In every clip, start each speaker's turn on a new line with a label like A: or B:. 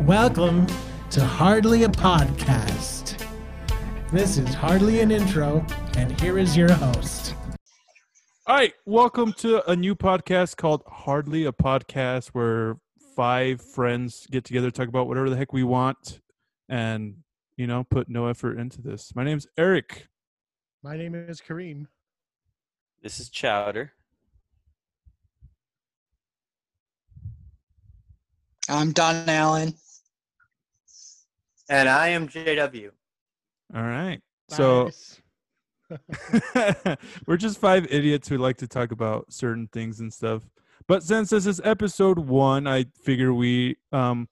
A: Welcome to Hardly a Podcast. This is Hardly an Intro, and here is your host.
B: All right, welcome to a new podcast called Hardly a Podcast, where five friends get together, talk about whatever the heck we want, and you know, put no effort into this. My name's Eric.
A: My name is Kareem.
C: This is Chowder.
D: I'm Don Allen.
E: And I am JW.
B: All right, so we're just five idiots who like to talk about certain things and stuff. But since this is episode one, I figure we um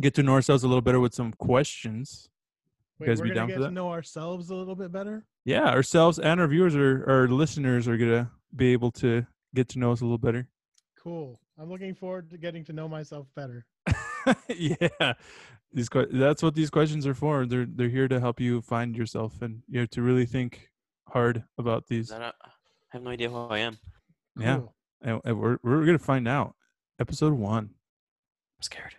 B: get to know ourselves a little better with some questions.
A: Wait,
B: guys
A: we're
B: be
A: gonna
B: down for
A: get
B: that?
A: to know ourselves a little bit better.
B: Yeah, ourselves and our viewers or our listeners are gonna be able to get to know us a little better.
A: Cool. I'm looking forward to getting to know myself better.
B: yeah, these que- that's what these questions are for. They're they're here to help you find yourself, and you have to really think hard about these.
C: Is that a- I have no idea who I am. I'm
B: Yeah,
A: Cool.
B: and, and we're we're gonna find out. Episode one.
C: scared.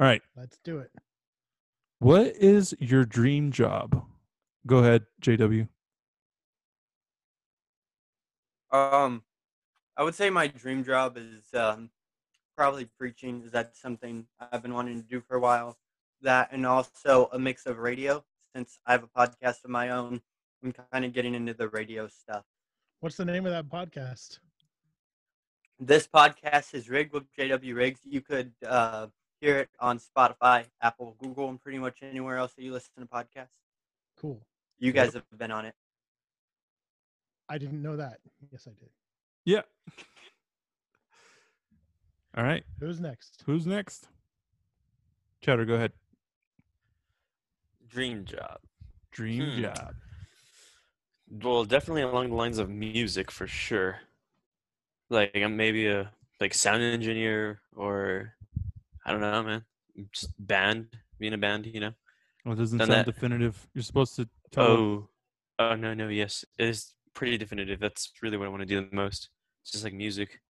B: All right,
A: Let's do it.
B: what is your dream job? Go ahead, JW.
E: Um, I would say my dream job is um, probably preaching. Is that something I've been wanting to do for a while? That and also a mix of radio, since I have a podcast of my own. I'm kind of getting into the radio stuff.
A: What's the name of that podcast?
E: This podcast is rigged with JW Riggs. You could uh, hear it on Spotify, Apple, Google, and pretty much anywhere else that you listen to podcasts.
A: Cool.
E: You guys have been on it.
A: I didn't know that. Yes, I did.
B: All right,
A: Who's next?
B: who's next? Chowder, go ahead.
C: Dream job.
B: Dream
C: Hmm.
B: job.
C: Well, definitely along the lines of music for sure. Like I'm maybe a like sound engineer or I don't know, man. Just band, being a band, you know.
B: Well, it doesn't
C: Done
B: sound
C: that.
B: definitive. You're supposed to tell.
C: Oh, oh no, no, yes, it is pretty definitive. That's really what I want to do the most. It's just like music.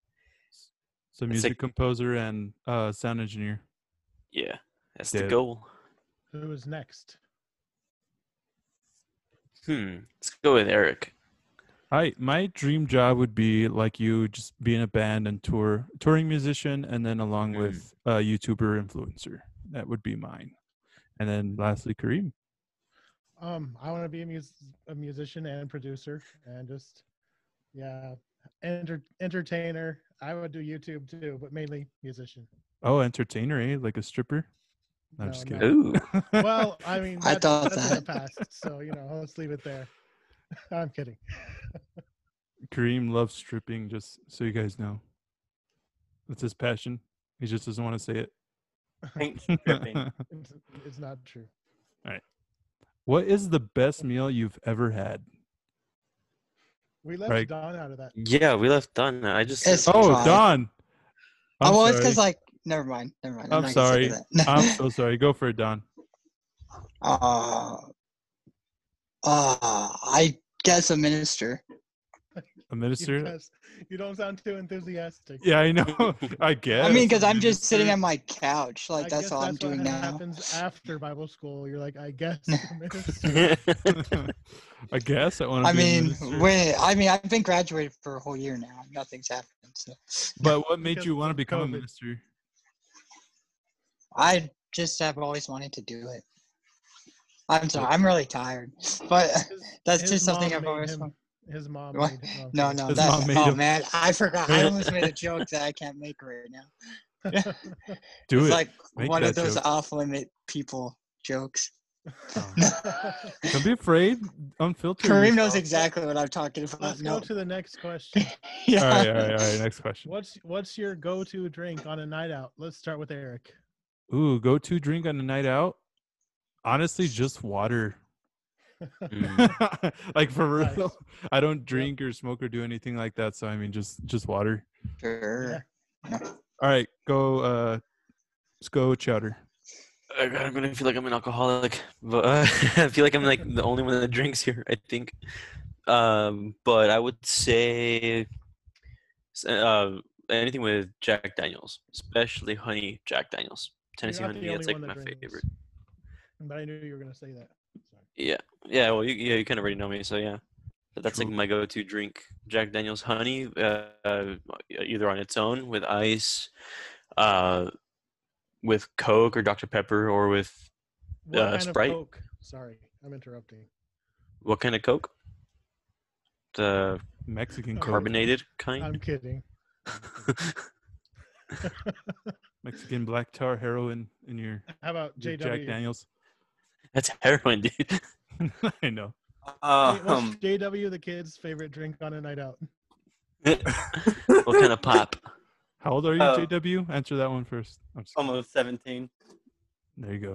B: So,
C: it's
B: music
C: like-
B: composer and uh, sound engineer.
C: Yeah, that's the
B: Dope.
C: goal.
A: Who is next?
C: Hmm. Let's go with Eric.
B: I my dream job would be like you, just be in a band and tour, touring musician, and then along
C: Mm.
B: with a YouTuber influencer. That would be mine. And then lastly, Kareem.
A: Um, I want to be a, mus- a musician and producer and just, yeah, enter- entertainer. I would do YouTube too, but mainly musician.
B: Oh, entertainer, eh? Like a stripper. No, I'm
A: No,
B: just
A: no.
B: kidding.
C: Ooh.
A: Well, I mean,
D: I
A: that's,
D: thought
A: that's in the
D: that.
A: past, so you know, let's leave it there. I'm kidding.
B: Kareem loves stripping. Just so you guys know, that's his passion. He just doesn't want to say
E: Paint stripping.
B: it.
A: It's, it's not true.
B: what is the best meal you've ever had?
A: We left
B: Right.
A: Don out of that.
C: yeah, we left done. I just
D: It's-
B: Oh,
D: Try.
B: Don. I'm
D: oh, well, it's because
B: sorry.
D: like, never mind, never mind.
B: I'm
D: not gonna say that.
B: I'm so sorry. Go for it, Don.
D: uh, uh, I guess a minister.
B: A minister.
A: Because you don't sound too enthusiastic.
B: Yeah, I know. I guess.
D: I mean, because I'm
B: You
D: just sitting
B: do.
D: on my couch, like
A: I
D: that's
A: guess
D: all I'm
A: what
D: doing now.
A: happens after Bible school. You're like, I guess. minister.
C: it's
B: I guess I want to.
D: I mean, when I mean, I've been graduated for a whole year now. and Nothing's happened. So
B: but what made
A: because
B: you want to
A: of
B: become a
A: COVID.
B: minister?
D: I just have always wanted to do it. I'm sorry, I'm really tired, but
A: His-
D: that's
A: his
D: just something
A: mom
D: I've
A: made
D: always
A: him-
D: wanted.
A: His mom.
D: What?
A: made him.
D: No,
A: Okay.
D: no,
B: His
D: that's
B: mom made
D: oh
B: him-
D: man, I forgot. I almost made a joke that I can't make right now.
B: Do
D: it's
B: it.
D: like
B: Make
D: one of
B: that
D: those
B: joke.
D: off limit people jokes.
A: Oh.
B: Don't be afraid. Unfiltered.
D: Kareem knows exactly what I'm talking about.
A: Let's
D: no.
A: go to the next question.
D: yeah.
B: All right, all right, all right. Next question.
A: What's what's your go-to drink on a night out? Let's start with Eric.
B: Ooh, go to drink on a night out. Honestly, just water.
C: Mm, Hmm.
B: like for
A: Nice.
B: real, I don't drink or smoke or do anything like that. So I mean, just just water.
D: Sure.
B: All right, go. uh Let's go chowder.
C: I got- I'm gonna feel like I'm an alcoholic, but uh, I feel like I'm like the only one that drinks here. I think, um, but I would say s- uh, anything with Jack Daniels, especially honey Jack Daniels. Tennessee
A: You're not
C: Honey.
A: the
C: That's
A: only
C: like
A: one
C: my
A: that drank this.
C: favorite.
A: But I knew you were gonna say that. So.
C: Yeah. Yeah. Well, you, yeah, you kind of already know me, so yeah. But that's like
B: True.
C: my go-to drink: Jack Daniel's Honey, uh, uh, either on its own with ice, uh, with Coke or Dr Pepper, or with
A: What
C: Uh,
A: kind
C: Sprite?
A: of Coke? Sorry, I'm interrupting.
C: what kind of Coke? The
A: Oh.
B: Mexican Coke. Um,
C: carbonated kind.
A: I'm kidding.
B: Mexican black tar heroin in your,
A: How about
B: your
A: JW?
B: Jack Daniels.
C: that's heroin, dude.
B: I know.
A: Wait, what's
E: Um,
A: JW the kid's favorite drink on a night out?
C: what kind of pop?
B: How old are you,
E: Oh.
B: JW? Answer that one first. I'm just kidding.
E: almost 17.
B: There you go.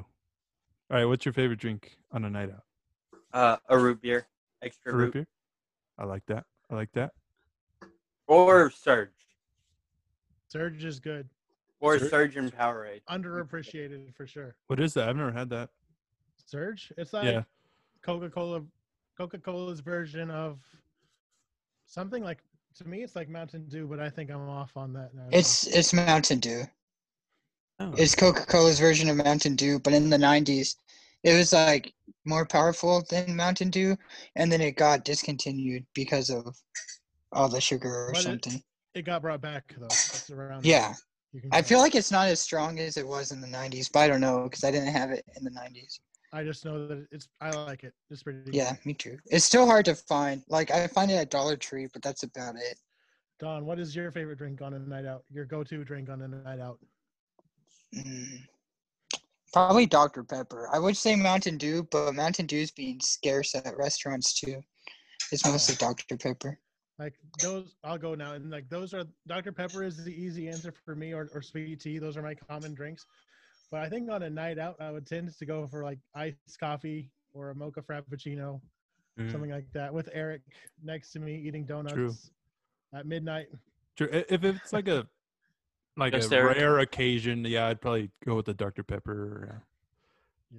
B: All right, what's your favorite drink on a night out?
E: Uh, a root beer, extra
B: A root beer? I like that. I like that.
E: or Surge,
A: Surge is good.
E: or
C: Surge?
E: Surge, and Powerade.
A: Underappreciated for sure.
B: What is that? I've never had that.
A: Surge. It's like
B: Yeah.
A: Coca-Cola. Coca-Cola's version of something like to me, it's like Mountain Dew, but I think I'm off on that. Now.
D: It's it's Mountain Dew.
C: Oh.
D: It's Coca Cola's version of Mountain Dew, but in the '90s, it was like more powerful than Mountain Dew, and then it got discontinued because of all the sugar or
A: But it-
D: something.
A: it got brought back though. It's around.
D: Yeah,
A: you can
D: I
A: find
D: feel
A: it.
D: like it's not as strong as it was in the '90s, but I don't know because I didn't have it in the '90s.
A: I just know that it's. I like it. It's pretty. good.
D: Yeah, me too. It's still hard to find. Like I find it at Dollar Tree, but that's about it.
A: Don, what is your favorite drink on a night out? Your go-to drink on a night out?
D: Mm. Probably Dr. Pepper. I would say Mountain Dew, but Mountain Dew's being scarce at restaurants too. It's mostly Dr. Pepper.
A: Like those, I'll go now. And like those are Dr. Pepper is the easy answer for me, or, or sweet tea. Those are my common drinks. But I think on a night out, I would tend to go for like iced coffee or a mocha frappuccino,
C: Mm.
A: something like that, with Eric next to me eating donuts at midnight.
B: Sure. i- If it's like a like
C: Just
B: a
C: there.
B: rare occasion, yeah, I'd probably go with the Dr Pepper.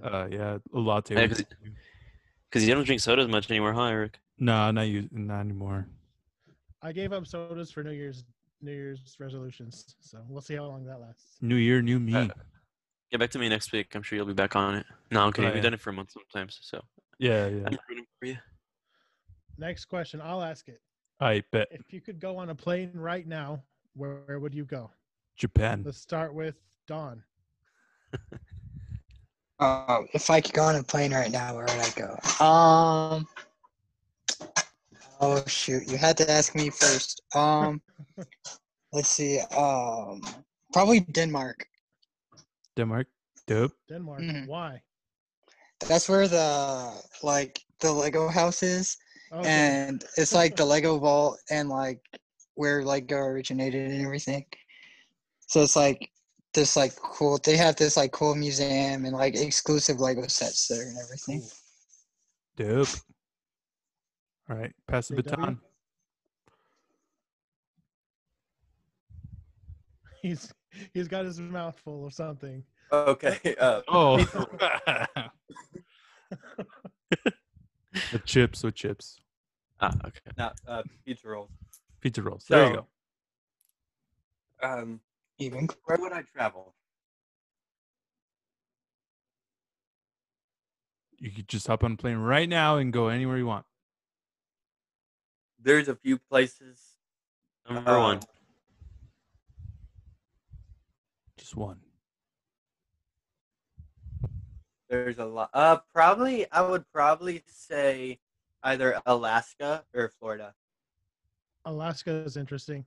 B: Or, uh, yeah, a latte.
C: Yeah,
B: would
C: 'cause-
B: do.
C: Because you don't drink sodas much anymore, huh, Eric?
B: No, not you, not anymore.
A: I gave up sodas for New Year's New Year's resolutions, so we'll see how long that lasts.
B: New year, new me.
C: Uh, Get back to me next week. I'm sure you'll be back on it. No, okay.
B: Oh,
C: We've
B: yeah.
C: done it for a month sometimes, so
B: yeah, yeah.
C: I'm rooting for you.
A: Next question, I'll ask it.
B: I bet
A: If you could go on a plane right now, where, where would you go?
C: Hmm.
B: Japan.
A: Let's start with Don.
D: Uh, if I could go on a plane right now, where would I go? Um. Oh shoot! You had to ask me first. Um. let's see. Um. Probably Denmark.
B: Denmark. Dope.
A: Denmark.
D: Mhm.
A: Why?
D: That's where the like the Lego house is,
A: Okay.
D: and it's like the Lego vault and like where Lego originated and everything. So it's like this like cool. They have this like cool museum and like exclusive Lego sets there and everything.
B: Dope. All right, pass the
A: JW?
B: baton.
A: he's he's got his mouth full of something.
E: Okay. Uh,
B: Oh, the chips with chips,
C: Ah, okay.
E: not uh, pizza rolls.
B: pizza rolls. there you
E: So-
B: go.
E: Um,
D: Even
E: where would I travel?
B: You could just hop on a plane right now and go anywhere you want.
E: There's a few places.
C: Number
E: uh,
C: one,
B: Just one.
E: There's a lot. Uh, probably I would probably say either Alaska or Florida.
A: Alaska is interesting.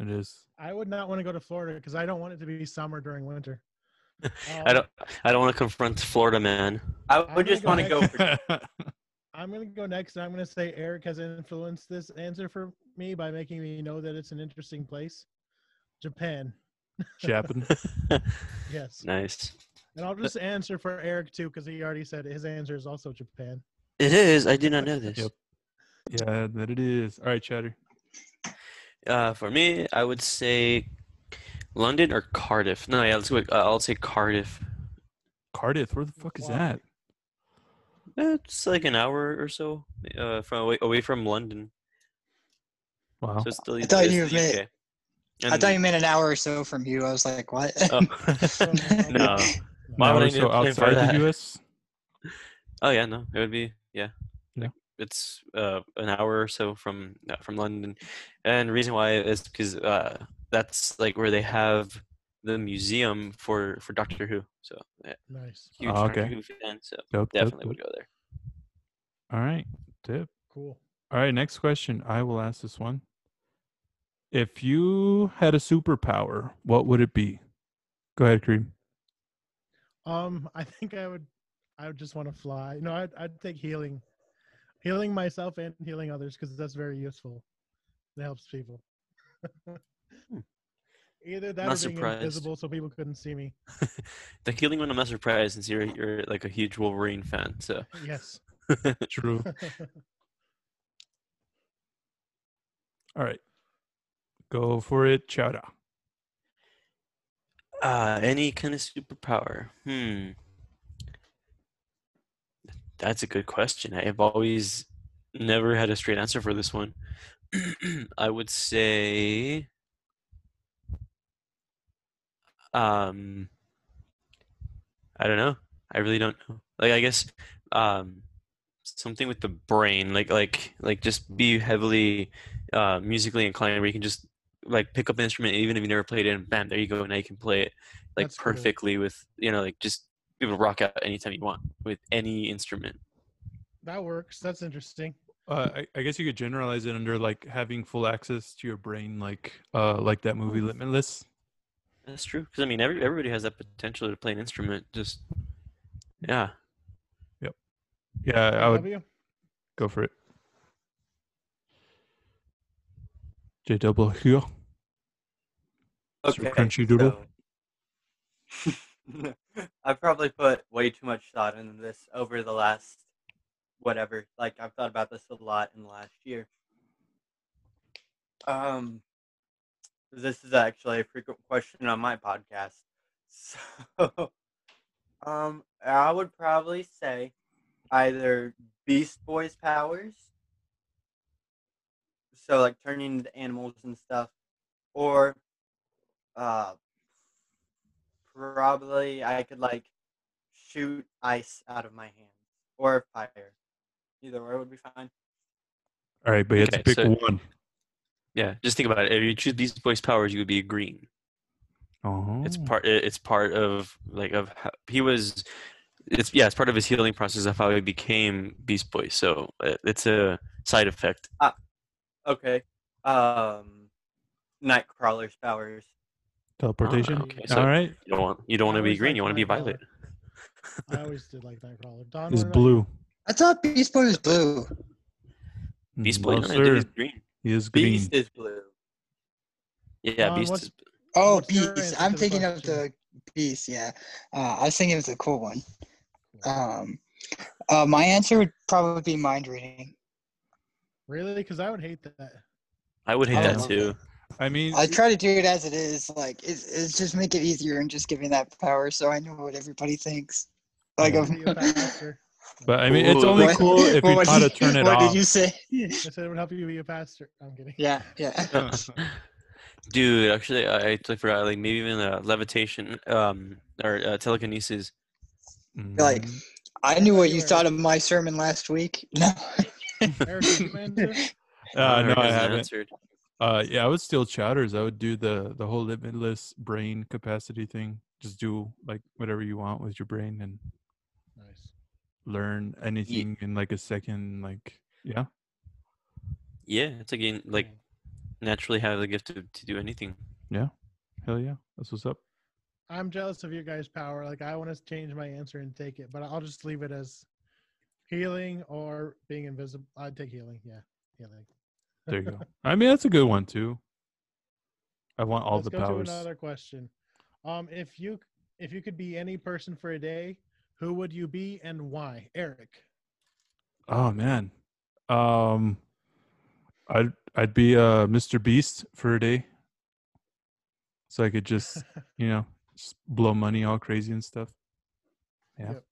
B: It is.
A: I would not want to go to Florida because I don't want it to be summer during winter.
C: I don't. I don't want to confront Florida man.
E: I
A: I'm
E: would just want
A: gonna
E: to
A: go
E: go for
A: I'm gonna go next, and I'm gonna say Eric has influenced this answer for me by making me know that it's an interesting place. Japan,
B: Japan.
A: yes,
C: nice.
A: and I'll just answer for Eric too because he already said his answer is also Japan.
C: It is. I did not know this.
B: Yep. Yeah, that it is. All right, Chatter.
C: Uh, for me, I would say London or Cardiff. No, yeah, let's go. with- Uh, I'll say Cardiff.
B: Cardiff, where the fuck is
A: Why?
B: that?
C: It's Eh, like an hour or so uh, from away, away from London.
B: Wow.
C: So it's still,
D: Oh, I thought
C: it's
D: you
C: still
D: meant-
C: UK.
D: I thought you meant an hour or so from you. I was like, what?
C: oh. no.
B: Now
C: Why would
B: we're
C: I need
B: so
C: to plan for
B: outside
C: that?
B: the U.S.
C: Oh yeah, no, it would be yeah.
B: Yeah.
C: It's uh, an hour or so from uh, from London, and the reason why is because uh, that's like where they have the museum for for Doctor Who. So yeah,
A: Nice.
C: huge
D: Oh,
B: Ah,
C: Doctor
B: okay.
C: Who fan, so
B: Dope, dope,
C: definitely
B: dope.
C: would go there.
B: All right, tip.
A: Cool.
B: All right, next question. I will ask this one. If you had a superpower, what would it be? Go ahead, Kareem.
A: Um, I think I would, I would just want to fly. No, I'd, I'd take healing, healing myself and healing others because that's very useful. It helps people. Either that or
C: Not
A: being
C: surprised.
A: invisible so people couldn't see me.
C: The healing one, I'm not surprised since you're you're like a huge Wolverine fan. So
A: Yes.
B: True. All right, go for it, Chowda.
C: uh, any kind of superpower. Hmm, that's a good question. I have always never had a straight answer for this one. I would say, um, I don't know. I really don't know. Like, I guess, um, something with the brain, like, like, like, just be heavily, uh, musically inclined, where you can just like pick up an instrument, even if you never played it, and bam, there you go. Now you can play it like
A: That's cool.
C: perfectly with, you know, like just be able to rock out anytime you want with any instrument.
A: that works. That's interesting.
B: Uh, I, I guess you could generalize it under like having full access to your brain, like uh, like that movie Limitless.
C: That's true. Because I mean, every, everybody has that potential to play an instrument. Just yeah,
B: Yeah, I would
A: W?
B: go for it. J double here. Sir Crunchy Doodle.
E: so- I've probably put way too much thought into this over the last whatever. Like I've thought about this a lot in the last year. Um, this is actually a frequent question on my podcast. So, um, I would probably say either Beast Boys powers, so like turning into animals and stuff, or uh, probably I could like shoot ice out of my hands or fire. Either way would be fine.
B: All right, but you have to
C: Okay,
B: pick
C: so-
B: one.
C: yeah. Just think about it. If you choose these voice powers, you would be a green.
B: Oh,
C: It's part. it- It's part of like of how, he was. It's yeah. It's part of his healing process of how he became Beast Boy. So uh, it's a side effect.
E: Okay. Um, Nightcrawler's powers.
B: teleportation.
C: Ah, okay, so-
B: All right,
C: You don't want. You don't want
A: I
C: to be
A: always
C: green.
A: liked
C: You want to be
A: Nightcrawler.
C: violet.
A: I always did like Nightcrawler. Don
B: is
A: what about you?
B: blue.
D: I thought Beast Boy was blue.
C: Beast
B: Mm,
C: Boy.
B: no,
C: no, dude, he's
B: sir.
C: green.
B: He is green.
E: Beast is blue.
C: Yeah,
A: Don,
C: Beast.
A: what's-
C: Is,
D: Oh,
A: What's your
D: Beast.
A: answer
D: I'm
A: to the
D: thinking of the
A: question?
D: Beast. Yeah, uh, I was thinking it was a cool one. Um, uh, my answer would probably be mind reading.
A: Really? Because I would hate that.
C: I would hate
B: I
C: that
D: love
C: too.
B: I mean,
D: I try to do it as it is, like it's, it's just make it easier and just giving that power, so I know what everybody thinks. Like,
B: Yeah.
D: of-
A: Be a fat pastor.
B: but I mean, it's
C: Ooh.
B: only
D: What-
B: cool if you
D: what
B: try to
D: did-
B: turn it
D: What
B: off.
D: did you say?
A: I said it would help you be a pastor. I'm kidding.
D: yeah, yeah.
C: Dude, actually, I I totally forgot. Like maybe even uh, levitation, um, or uh, telekinesis.
D: Like,
B: Mm,
D: I knew what you thought of my sermon last week. No,
A: Eric, did you answer?
B: uh, no,
C: Eric
B: I
C: hasn't
B: haven't.
C: answered.
B: Uh, yeah, I would steal chowders. I would do the the whole limitless brain capacity thing. Just do like whatever you want with your brain and
A: Nice.
B: learn anything in like a second. Like, yeah,
C: Yeah, it's like you like naturally have the gift to, to do anything.
B: hell yeah, that's what's up.
A: I'm jealous of your guys' power. Like I want to change my answer and take it, but I'll just leave it as healing or being invisible. I'd take healing. Yeah, healing.
B: There you go. I mean, that's a good one too. I want all
A: Let's
B: the
A: go
B: powers.
A: to another question. Um, if you if you could be any person for a day, who would you be and why? Eric.
B: Oh man, um, I'd I'd be uh Mr. Beast for a day, so I could just you know just blow money all crazy and stuff. Yeah.
A: Yep.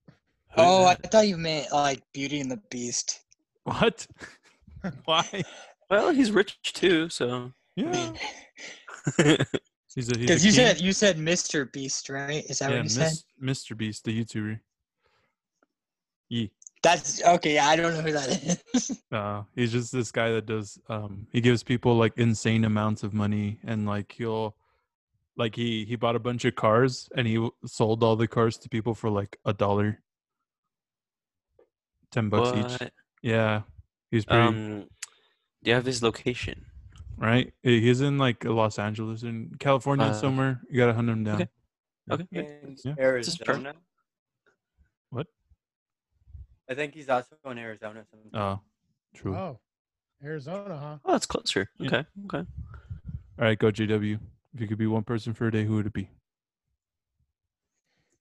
C: Who-
D: oh, I
C: uh,
D: thought you meant like Beauty and the Beast.
B: What? Why?
C: well, he's rich too, so
B: Yeah. He's a he's a
D: Because you
B: king.
D: said you said Mr. Beast, right? Is that
B: yeah,
D: what you said?
B: Mis- Mr. Beast, the YouTuber. Yeah.
D: That's okay. Yeah, I don't know who that is.
B: No, uh, he's just this guy that does. Um, he gives people like insane amounts of money, and like he'll, like he he bought a bunch of cars, and he w- sold all the cars to people for like a dollar, ten bucks each.
C: What?
B: Yeah, he's pretty
C: Um, do you have his location?
B: right. He- He's in like Los Angeles in California
C: Uh,
B: somewhere. You gotta hunt him down.
C: okay. Okay.
E: in
B: Yeah.
C: Just per-
E: Arizona.
B: What?
E: I think he's also in Arizona. Sometimes.
B: Oh, true.
A: Oh, Arizona, huh?
C: Oh, it's closer.
B: Yeah.
C: Okay. Okay.
B: All right, go JW. If you could be one person for a day, who would it be?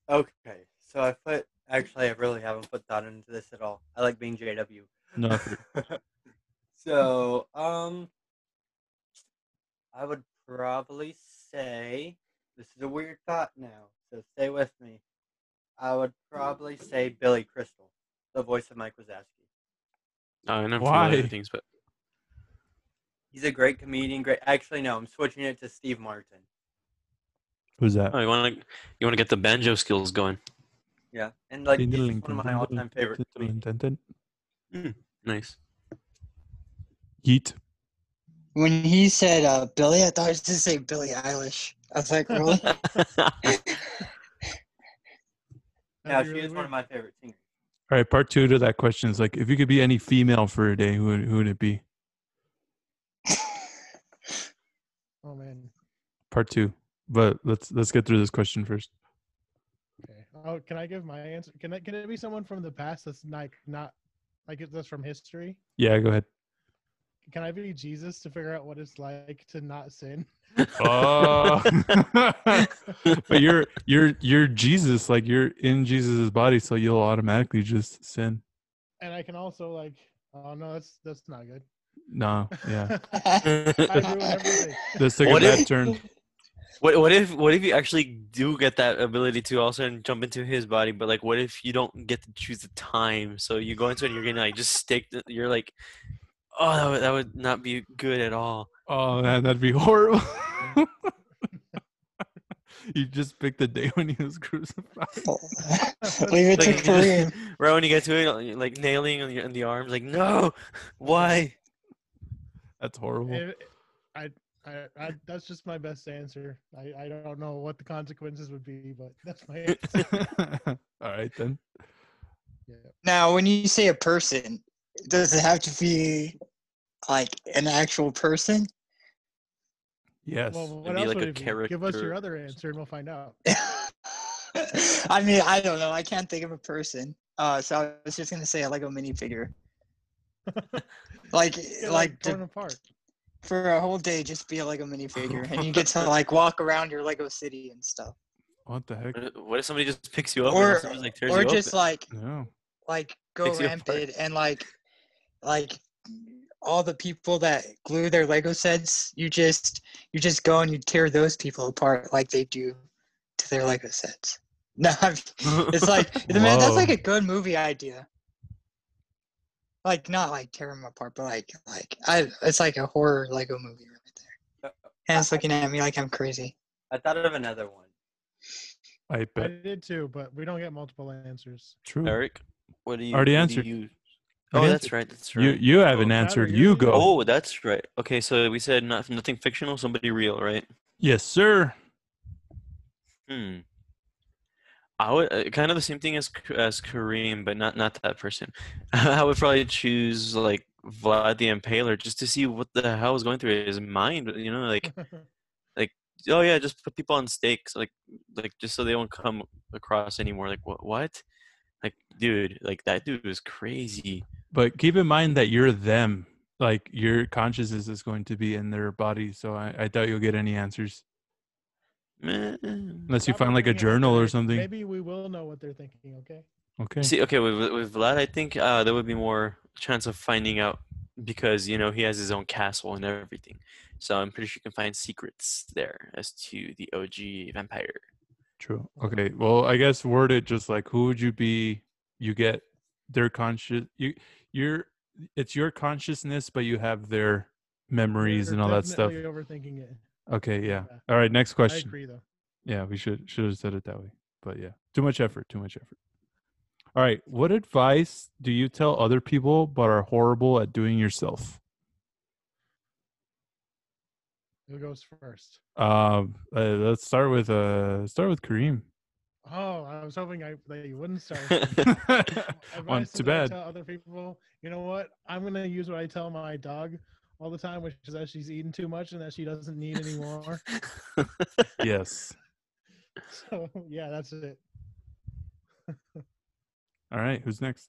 B: Oh.
E: Okay, so I put actually I really haven't put thought into this at all. I like being JW.
B: No,
E: so um, I would probably say this is a weird thought now, so stay with me. I would probably say Billy Crystal, the voice of Mike Wazowski.
C: Oh, I know from
B: Why?
C: other things, but
E: He's a great comedian. Great, actually, no, I'm switching it to Steve Martin.
B: who's that?
C: oh, you want to you want to get the banjo skills going.
E: Yeah, and like he's one of my all-time favorite comedians.
C: Nice.
B: Heat.
D: when he said uh, Billy, I thought he was to say Billie Eilish. I was like, really?
E: Yeah,
A: That'd
E: she
A: be really
E: is one
A: weird.
E: of my favorite singers.
B: All right, part two to that question is like, if you could be any female for a day, who would, who would it be?
A: Oh man.
B: Part two, but let's let's get through this question first.
A: Okay. Oh, can I give my answer? Can I? Can it be someone from the past that's like not like it- that's from history?
B: Yeah, go ahead.
A: Can I be Jesus to figure out what it's like to not sin?
B: Oh, but you're you're you're Jesus, like you're in Jesus's body, so you'll automatically just sin.
A: And I can also like, oh no, that's that's not good.
B: No, yeah,
A: I ruin everything.
B: this took
C: What
B: a bad
C: if-
B: turn.
C: What what if what if you actually do get that ability to also and jump into his body? But like, what if you don't get to choose the time? So you go into it, and you're gonna like just stick. The, you're like, oh, that would, that would not be good at all.
B: Oh man, that'd be horrible. you just picked the day when he was crucified.
D: Leave it
C: Like,
D: to
C: you
D: Kareem.
C: just, right when you get to it, you're, like nailing on your in the arms, like no, why?
B: That's horrible.
A: It- I, I, I, that's just my best answer. I, I don't know what the consequences would be, but that's my answer.
B: All right then.
A: yeah.
D: Now, when you say a person, does it have to be like an actual person?
B: Yes.
A: Well,
C: It'd
A: what
C: be
A: else
C: like
A: would
C: a
A: it be? Give us
C: character.
A: your other answer, and we'll find out.
D: I mean, I don't know. I can't think of a person. Uh, so I was just gonna say a Lego minifigure. like,
A: Get,
D: like to-
A: torn apart.
D: for a whole day, just be a Lego minifigure, and you get to like walk around your Lego city and stuff,
B: what the heck?
C: What if- What if somebody just picks you up and
D: Or-
C: also just, like tears
D: or
C: you
D: just
C: open?
D: like
B: No.
D: like go
C: Picks you apart.
D: rampant and like like all the people that glue their Lego sets, you just you just go and you tear those people apart like they do to their Lego sets. No, I'm, it's like man, that's like
B: Whoa.
D: a good movie idea. Like not like tear them apart, but like like I it's like a horror Lego movie right there. And it's looking at me like I'm crazy.
E: I thought of another one.
B: I
A: I
B: bet.
A: did too, but we don't get multiple answers.
B: True.
C: Eric, what do you
B: Already
C: what do
B: answered.
C: you-
B: Already
C: Oh, that's
B: answered.
C: right. That's right.
B: You you haven't
C: Oh.
B: answered.
A: Tyler,
B: You
A: you're-
B: go.
C: Oh, that's right. Okay, so we said not, nothing fictional, somebody real, right?
B: Yes, sir.
C: Hmm. I would uh, kind of the same thing as K- as Kareem, but not not that person. I would probably choose like Vlad the Impaler just to see what the hell was going through his mind. You know, like oh yeah, just put people on stakes, like like just so they don't come across anymore. Like what what? Like dude, like that dude was crazy.
B: But keep in mind that you're them. Like your consciousness is going to be in their body, so I, I doubt you'll get any answers
C: Meh.
B: unless you
A: Stop
B: find like a
A: looking at
B: journal or
A: Eric.
B: something.
A: Maybe we will know what they're thinking. Okay.
B: Okay.
C: See, okay, with with- with Vlad, I think uh, there would be more chance of finding out because you know he has his own castle and everything. So I'm pretty sure you can find secrets there as to the OG vampire.
B: True. Okay. Well, I guess word it just like who would you be? You get their conscious. You you're. It's your consciousness, but you have their memories
A: They're
B: and all that stuff.
A: definitely Overthinking it.
B: Okay, yeah.
A: Yeah.
B: All right, next
A: I
B: question.
A: agree though.
B: Yeah, we should should have said it that way. But yeah, too much effort, too much effort. All right, what advice do you tell other people but are horrible at doing yourself?
A: Who goes first?
B: Um, uh, let's start with uh start with Kareem.
A: Oh, I was hoping I that you wouldn't start.
B: Well,
A: Advice that I
B: too bad.
A: Tell other people, you know what? I'm gonna use what I tell my dog all the time, which is that she's eating too much and that she doesn't need any more.
B: yes.
A: so yeah, that's it.
B: All right, who's next?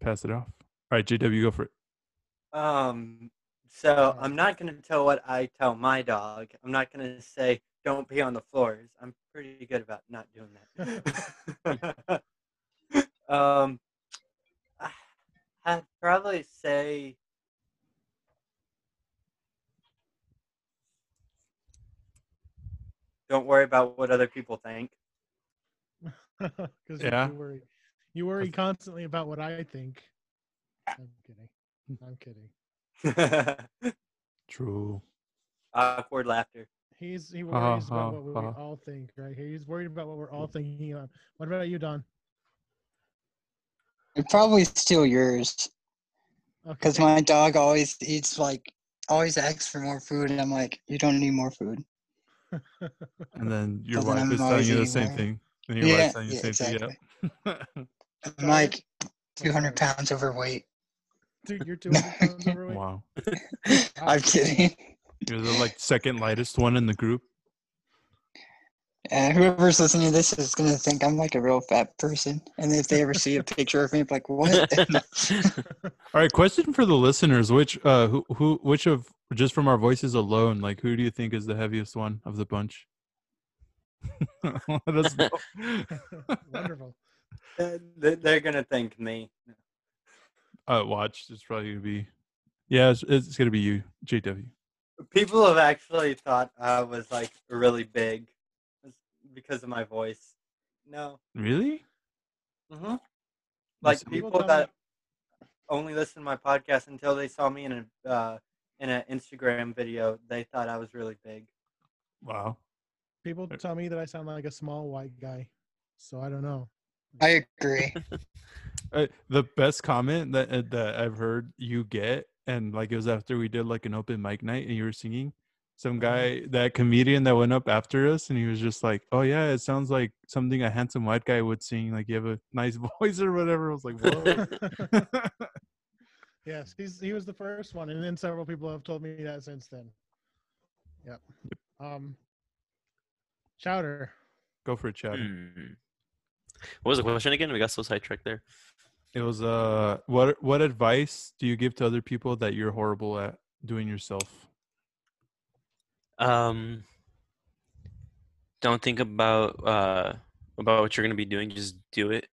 B: Pass it off. All right, JW, go for it.
E: Um, so I'm not gonna tell what I tell my dog. I'm not gonna say don't pee on the floors. I'm pretty good about not doing that. um, I- I'd probably say don't worry about what other people think.
A: Because
B: Yeah.
A: you worry, you worry
B: That's-
A: constantly about what I think. I'm kidding. I'm kidding.
B: True.
E: Awkward laughter.
A: He's he
B: Ha,
A: worries
B: ha,
A: about what we
B: ha.
A: all think right here. He's worried about what we're all thinking about. What about you, Don?
D: It probably steal yours
A: Okay.
D: because my dog always eats like always asks for more food, and I'm like, you don't need more food.
B: And then your
D: But then
B: wife
D: I'm
B: is telling you the
D: noisy,
B: same
D: right?
B: thing. Then your wife's telling you the same thing. Yeah.
D: I'm like 200 pounds overweight.
A: Dude, you're 200 pounds overweight.
B: wow.
D: I'm kidding.
B: You're the like second lightest one in the group.
D: And whoever's listening to this is gonna think I'm like a real fat person, and if they ever see a picture of me, I'm like, what?
B: All right, question for the listeners: Which, uh, who, who, which of just from our voices alone, like who do you think is the heaviest one of the bunch? That's-
A: Wonderful.
E: Uh, they- They're gonna think me.
B: uh, watch. It's probably gonna be, yeah, it's, it's gonna be you, JW.
E: People have actually thought I was like really big because of my voice. No.
B: Really?
E: hmm Like
B: Listen-
E: people,
A: People tell
E: that only listen to my podcast until they saw me in a uh, in an Instagram video, they thought I was really big.
B: Wow.
A: People tell me that I sound like a small white guy, so I don't know.
D: I agree.
B: Uh, the best comment that uh, that I've heard you get, and like it was after we did like an open mic night, and you were singing. Some guy, that comedian that went up after us, and he was just like, "Oh yeah, it sounds like something a handsome white guy would sing. Like you have a nice voice or whatever." I was like, "Whoa."
A: yes, he's he was the first one, and then several people have told me that since then. Yep. Um. Chowder.
B: Go for it, Chad.
C: Hmm. What was the question again? We got so sidetracked there.
B: It was uh, what what advice do you give to other people that you're horrible at doing yourself?
C: Um, don't think about uh about what you're gonna be doing. Just do it.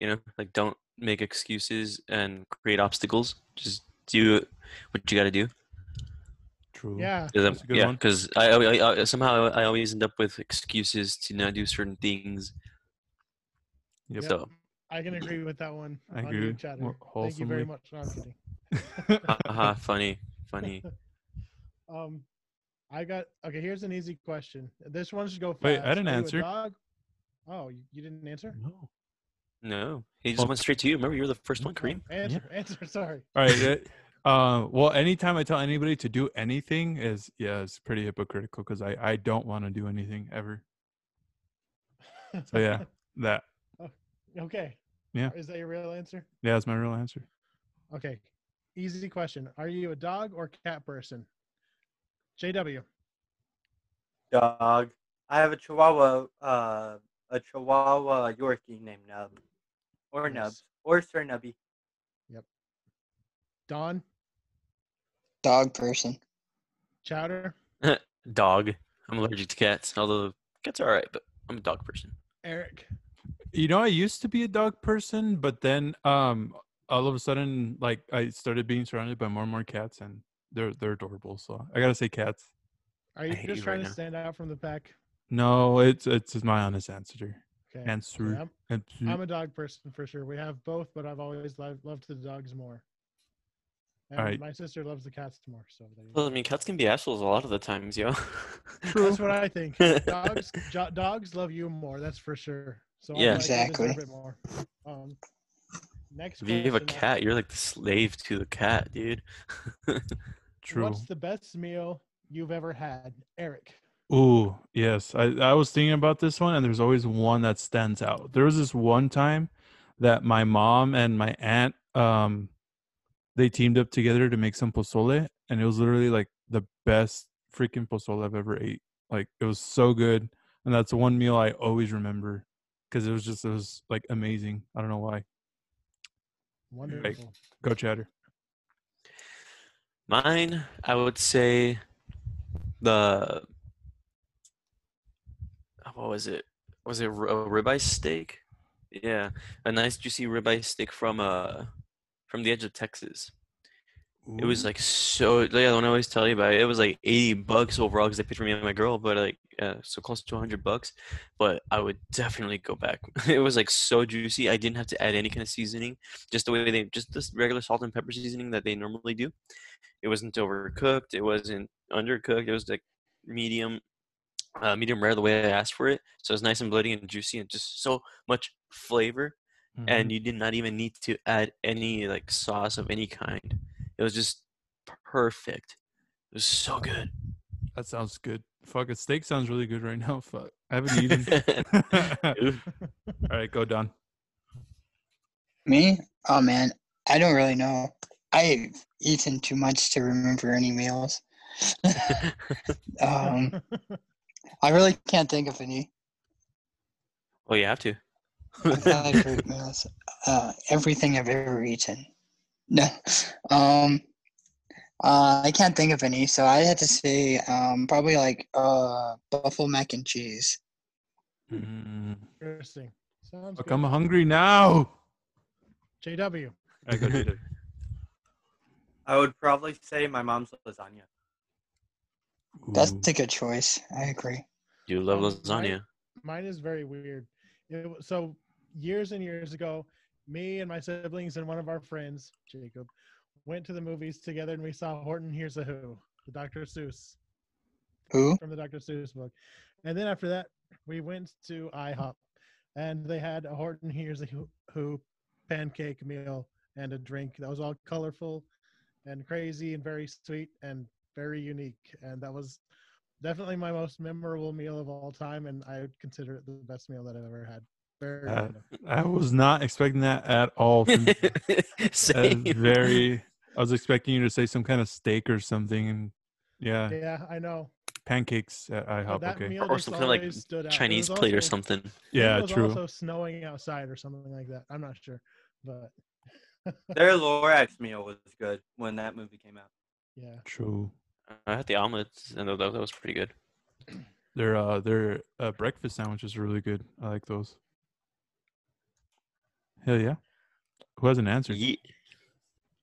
C: You know, like don't make excuses and create obstacles. Just do what you got to do.
B: True.
A: Yeah.
C: um, Yeah,
B: That's a good one.
C: because I, I, I somehow I always end up with excuses to not do certain things.
B: Yep.
C: So
A: I can agree with that one.
B: I
A: on
B: agree
A: you, Chowder.
B: more
A: Thank you very
B: wholesomely.
A: much. No, I'm kidding.
C: haha, funny, funny.
A: Um, I got okay. Here's an easy question. This one should go fast.
B: Wait, I didn't
A: Are you a
B: answer.
A: Dog? Oh, you, you didn't answer.
B: No.
C: No, he just went straight to you. Remember, you were the first one,
A: Oh,
C: Kareem.
A: answer. Answer. Sorry.
B: All right. uh, uh, well, anytime I tell anybody to do anything is yeah, it's pretty hypocritical because I I don't want to do anything ever. So yeah, that
A: okay.
B: Yeah.
A: Is that your real answer?
B: yeah, that's my real answer.
A: Okay. Easy question. Are you a dog or cat person? JW.
E: Dog. I have a Chihuahua, uh, a Chihuahua Yorkie named Nub, or
A: Nice.
E: Nubs, or Sir Nubby.
A: Don.
D: Dog person.
A: Chowder.
C: Dog. I'm allergic to cats. Although cats are alright, but I'm a dog person.
A: Eric.
B: You know, I used to be a dog person, but then um, all of a sudden, like I started being surrounded by more and more cats, and they're they're adorable. So I gotta say, cats.
A: Are you
C: hate
A: just
C: you
A: trying
C: right
A: to
C: now.
A: stand out from the pack?
B: No, it's it's just my honest answer.
A: Okay.
B: Answer. Mm.
A: I'm,
B: answer.
A: I'm a dog person for sure. We have both, but I've always loved, loved the dogs more. And
B: Alright.
A: My sister loves the cats more, so there you go.
C: Well, I mean, cats can be assholes a lot of the times, yo.
A: that's what I think. Dogs, jo- dogs love you more. That's for sure. So I'm
C: Yeah.
A: like, I
D: Exactly.
A: deserve it more. Um, next,
C: If you have a
A: question, uh,
C: cat, you're like the slave to the cat, dude.
B: True.
A: What's the best meal you've ever had, Eric?
B: Ooh, yes. I, I was thinking about this one, and there's always one that stands out. There was this one time that my mom and my aunt um they teamed up together to make some pozole, and it was literally like the best freaking pozole I've ever ate. Like it was so good, and that's one meal I always remember because it was just it was like amazing. I don't know why.
A: Wonderful.
B: Go chatter.
C: Mine, I would say the what was it? Was it a ribeye steak? Yeah, a nice juicy ribeye steak from uh from the edge of Texas. It was like so. Yeah, the one I always tell you about. It, it was like eighty bucks overall because they paid for me and my girl, but like uh, so close to hundred bucks. But I would definitely go back. it was like so juicy. I didn't have to add any kind of seasoning, just the way they just this regular salt and pepper seasoning that they normally do. It wasn't overcooked. It wasn't undercooked. It was like medium, uh, medium rare the way I asked for it. So it was nice and bloody and juicy and just so much flavor
B: Mm-hmm.
C: and you did not even need to add any like sauce of any kind. It was just perfect. It was so good.
B: that sounds good. Fuck, a steak sounds really good right now. Fuck, I haven't eaten.
C: Ooh,
B: All right, go Don.
D: Me? Oh man, I don't really know. I've eaten too much to remember any meals. um, I really can't think of any.
C: well, you have to.
D: I've had great meals. Uh, everything I've ever eaten. No, um, uh, I can't think of any. So I had to say um, probably like uh, buffalo mac and cheese.
C: Mm-hmm.
A: Interesting. Sounds
B: Fuck,
A: good.
B: I'm hungry now.
A: JW.
B: I got it.
E: I would probably say my mom's lasagna.
D: That's
B: Mm.
D: a good choice. I agree.
C: You love
A: Um,
B: Oh,
A: right?
C: lasagna.
A: Mine is very weird. It, wa- so years and years ago, me and my siblings and one of our friends, Jacob, went to the movies together and we saw Horton Hears a Who, the Dr. Seuss
D: Who?
A: from the Dr. Seuss book. And then after that, we went to IHOP and they had a Horton Hears a Who, Who pancake meal and a drink that was all colorful and crazy and very sweet and very unique. And that was definitely my most memorable meal of all time. And I would consider it the best meal that I've ever had. Very
B: Uh,
A: random.
B: I was not expecting that at all. From you. That is
C: Same.
B: very. I was expecting you to say some kind of steak or something, and yeah,
A: yeah, I know.
B: pancakes at
A: But
B: IHOP.
A: that
B: Okay.
A: meal
C: Or
A: just
C: something like
A: always stood out. It
C: Chinese
A: was
C: plate or
A: also-
C: something.
A: it
B: Yeah,
A: was
B: true.
A: also snowing outside or something like that. I'm not sure, but
E: Their Lorax meal was good when that movie came out.
A: yeah.
B: true.
C: I had the omelets, and tho- tho- that was pretty good.
B: Their uh, their uh, breakfast sandwiches are really good. I like those. Hell yeah. Who hasn't answered?
C: Ye-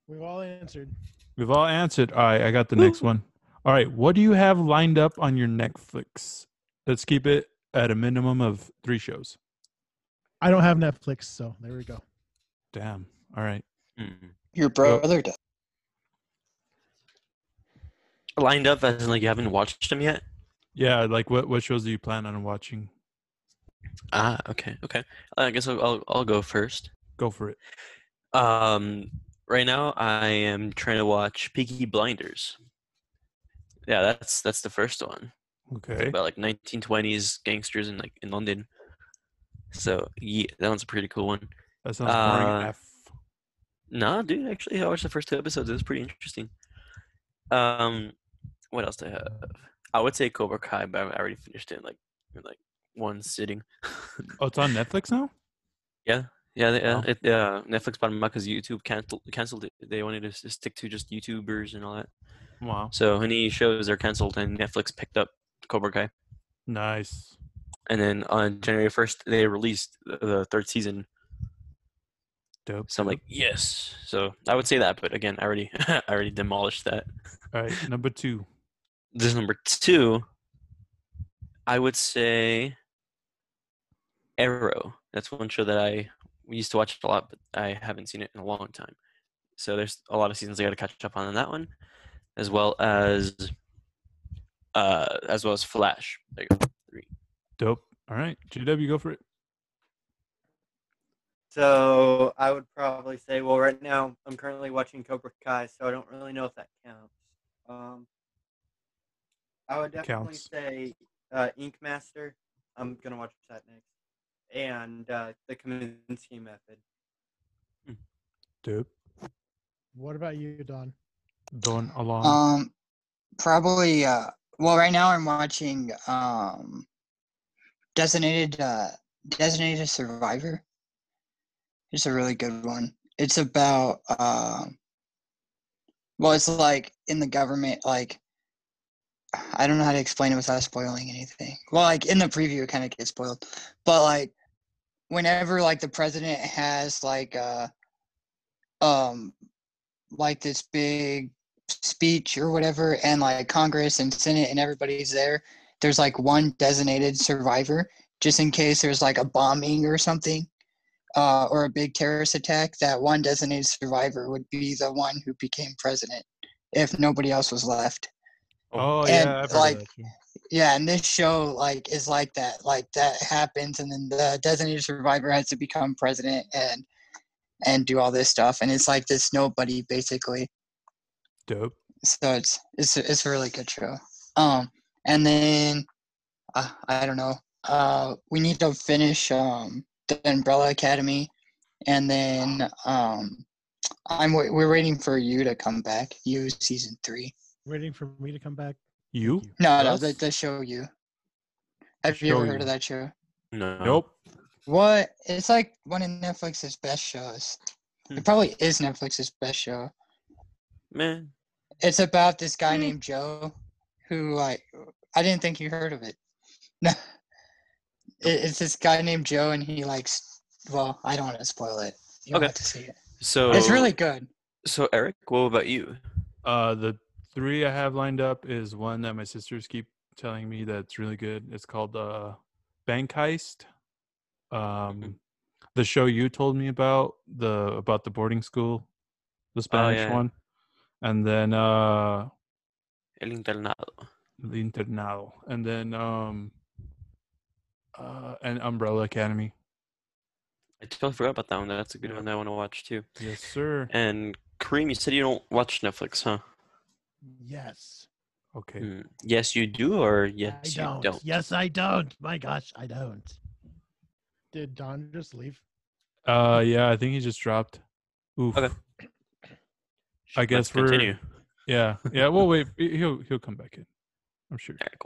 A: We've all answered.
B: We've all answered. All right, I got the next one. All right, what do you have lined up on your Netflix? Let's keep it at a minimum of three shows.
A: I don't have Netflix, so there we go.
B: Damn. All right.
C: Mm.
D: Your brother does.
C: Lined up as in like you haven't watched them yet.
B: Yeah, like what what shows do you plan on watching?
C: Ah, okay, okay. I guess I'll I'll, I'll go first.
B: Go for it.
C: Um, right now I am trying to watch Peaky Blinders. Yeah, that's that's the first one
B: Okay.
C: about like 1920s gangsters in like in London. So yeah, that one's a pretty cool one.
B: That sounds boring.
C: Uh,
B: F.
C: No, dude, actually, I watched the first two episodes. It was pretty interesting. Um, what else do I have? I would say Cobra Kai, but I already finished it in like in like one sitting.
B: Oh, it's on Netflix now?
C: Yeah, they, uh,
B: Wow.
C: it, uh, Netflix bought them out because YouTube canceled canceled it. They wanted to s- stick to just YouTubers and all that.
B: Wow.
C: So any shows are canceled, and Netflix picked up Cobra Kai.
B: Nice.
C: And then on January first, they released the, the third season.
B: Dope.
C: So I'm like, yes. So I would say that, but again, I already, I already demolished that.
B: all right, number two.
C: This is number two. I would say Arrow. That's one show that I used to watch a lot, but I haven't seen it in a long time. So there's a lot of seasons I got to catch up on in that one, as well as uh, as well as Flash. There you go.
B: Dope. All right, JW, go for it.
E: So I would probably say, well, right now I'm currently watching Cobra Kai, so I don't really know if that counts. Um, I would definitely
B: Counts.
E: say uh, Ink Master. I'm gonna watch that next, and uh, the Kaminsky Method.
B: Dope.
A: What about you, Don?
B: Don along.
D: Um, probably. Uh, well, right now I'm watching um, designated uh, designated survivor. It's a really good one. It's about um, well, it's like in the government, like I don't know how to explain it without spoiling anything. Well, like in the preview, it kind of gets spoiled, but like whenever like the president has like uh um like this big speech or whatever and like congress and senate and everybody's there there's like one designated survivor just in case there's like a bombing or something uh, or a big terrorist attack that one designated survivor would be the one who became president if nobody else was left
B: oh
D: and,
B: yeah, I've heard of
D: like,
B: that too.
D: yeah and this show like is like that like that happens and then the designated survivor has to become president and and do all this stuff and it's like this nobody basically
B: dope.
D: so it's it's a- it's a really good show. Um, and then uh, I don't know. Uh, we need to finish um the Umbrella Academy, and then um, I'm wait- we're waiting for you to come back. You season three.
A: Waiting for me to come back.
B: You?
A: Thank
D: No, no,
B: Us?
D: the, the show you. Have you
B: Show
D: ever heard
B: You.
D: of that show?
C: No.
B: Nope.
D: What? It's like one of Netflix's best shows.
C: Hmm.
D: It probably is Netflix's best show.
C: Man.
D: It's about this guy named Joe, who like I didn't think you heard of it. No, It- it's this guy named Joe, and he likes. Well, I don't want to spoil it. You
C: Okay.
D: have to see it.
C: So
D: It's really good.
C: So Eric, what about you?
B: Uh, the three I have lined up is one that my sisters keep telling me that's really good. It's called uh, Bank Heist.
C: Mm-hmm.
B: Um, the show you told me about the about the boarding school, the Spanish
C: Oh, yeah.
B: one, and then uh,
C: El internado.
B: the Internado, and then um, uh, and Umbrella Academy.
C: I totally forgot about that one. That's a good one that I want to watch too.
B: Yes, sir.
C: And Kareem, you said you don't watch Netflix, huh?
A: Yes.
B: Okay.
C: Hmm. Yes, you do, or yes,
A: I
C: you
A: don't.
C: don't.
A: Yes, I don't. My gosh, I don't. Did Don just leave?
B: Uh, yeah, I think he just dropped. Oof.
C: Okay.
B: I
C: Let's
B: guess we're-
C: continue.
B: Yeah, yeah. Well, wait. he- He'll he'll come back in. I'm sure.
C: Alright,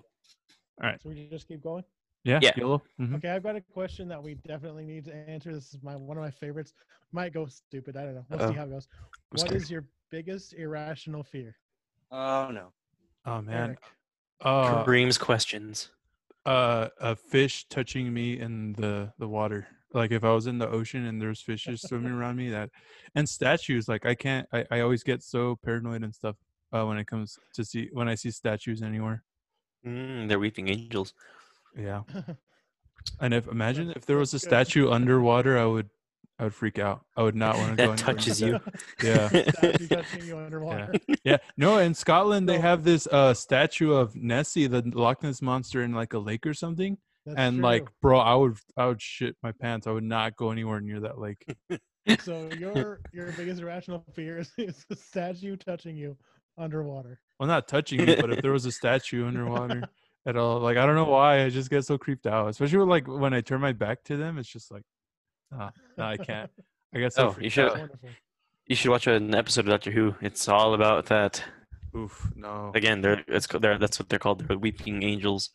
C: cool.
A: So we just keep going.
B: Yeah.
C: Yeah.
B: Yellow. Mhm.
A: Okay, I've got a question that we definitely need to answer. This is my one of my favorites. Might go stupid. I don't know. We'll
C: Uh-oh.
A: see how it goes.
C: Uh, I'm
A: What
C: scared.
A: is your biggest irrational fear?
E: Oh no.
B: Oh man.
A: Eric.
B: Uh,
C: Kareem's questions.
B: uh, a fish touching me in the the water. Like if I was in the ocean and there's fishes swimming around me, that and statues. Like I can't. I, I always get so paranoid and stuff uh, when it comes to see when I see statues anywhere.
C: Mm, they're weeping angels.
B: Yeah. And if imagine
A: That's-
B: if there
A: that's
B: was a
A: good.
B: statue underwater, I would I would freak out. I would not want to go.
C: That
B: anywhere near
C: touches you.
B: Yeah.
A: Statue touching you underwater.
B: Yeah, no, in Scotland they
A: No.
B: have this uh statue of Nessie, the Loch Ness monster, in like a lake or something.
A: That's
B: and like,
A: true.
B: bro, I would, I would shit my pants. I would not go anywhere near that lake.
A: so your your biggest irrational fear is, is the statue touching you underwater.
B: Well, not touching me, but if there was a statue underwater at all, like I don't know why, I just get so creeped out. Especially with, like when I turn my back to them, it's just like, nah, nah, I can't. I guess. So
C: Oh, you
B: freaked
C: should-
A: That's
B: out.
A: wonderful.
C: you should watch an episode of Doctor Who. It's all about that.
B: Oof, no.
C: Again, they're it's ca- they're that's what they're called. They're weeping angels.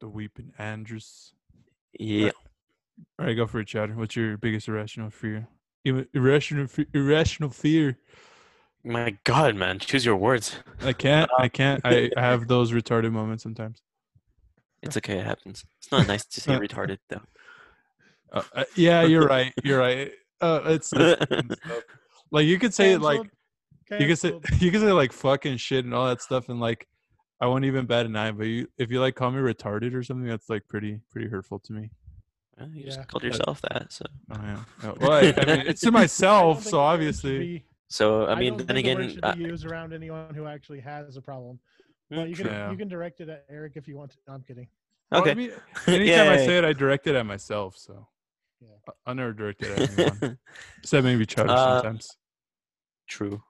B: the weeping Andrews.
C: Yeah.
B: All right, go for it, Chad. What's your biggest irrational fear? Ir- Irrational, fe- irrational fear.
C: My God, man, choose your words.
B: I can't. I can't. I, I have those retarded moments sometimes.
C: It's okay. It happens. It's not nice to say retarded though.
B: Uh, uh, yeah, you're right. You're right. Uh, it's, it's dumb stuff. like you could say it like you could say
A: Canceled.
B: you could say like fucking shit and all that stuff and like I won't even bat an eye. But you, if you like call me retarded or something, that's like pretty pretty hurtful to me.
C: Well, you
A: Yeah.
C: just called yourself that, so
B: Oh, yeah. Yeah, Well, I, I mean, it's to
A: don't
B: myself,
A: think
B: so
A: Kareem should
B: obviously
A: be-
C: So I mean,
A: don't
C: then
A: think the word
C: again, uh,
A: should
C: I, Hmm,
A: be used around anyone who actually has a problem. But you can
B: true. Yeah.
A: you can direct it at Eric if you want to. No, I'm kidding.
B: Well, I
C: okay.
B: mean, anytime I
C: Yay.
B: say it, I direct it at myself. So
A: Yeah.
B: I- I never direct it at anyone. Except maybe Chuck
C: Uh,
B: sometimes.
C: True.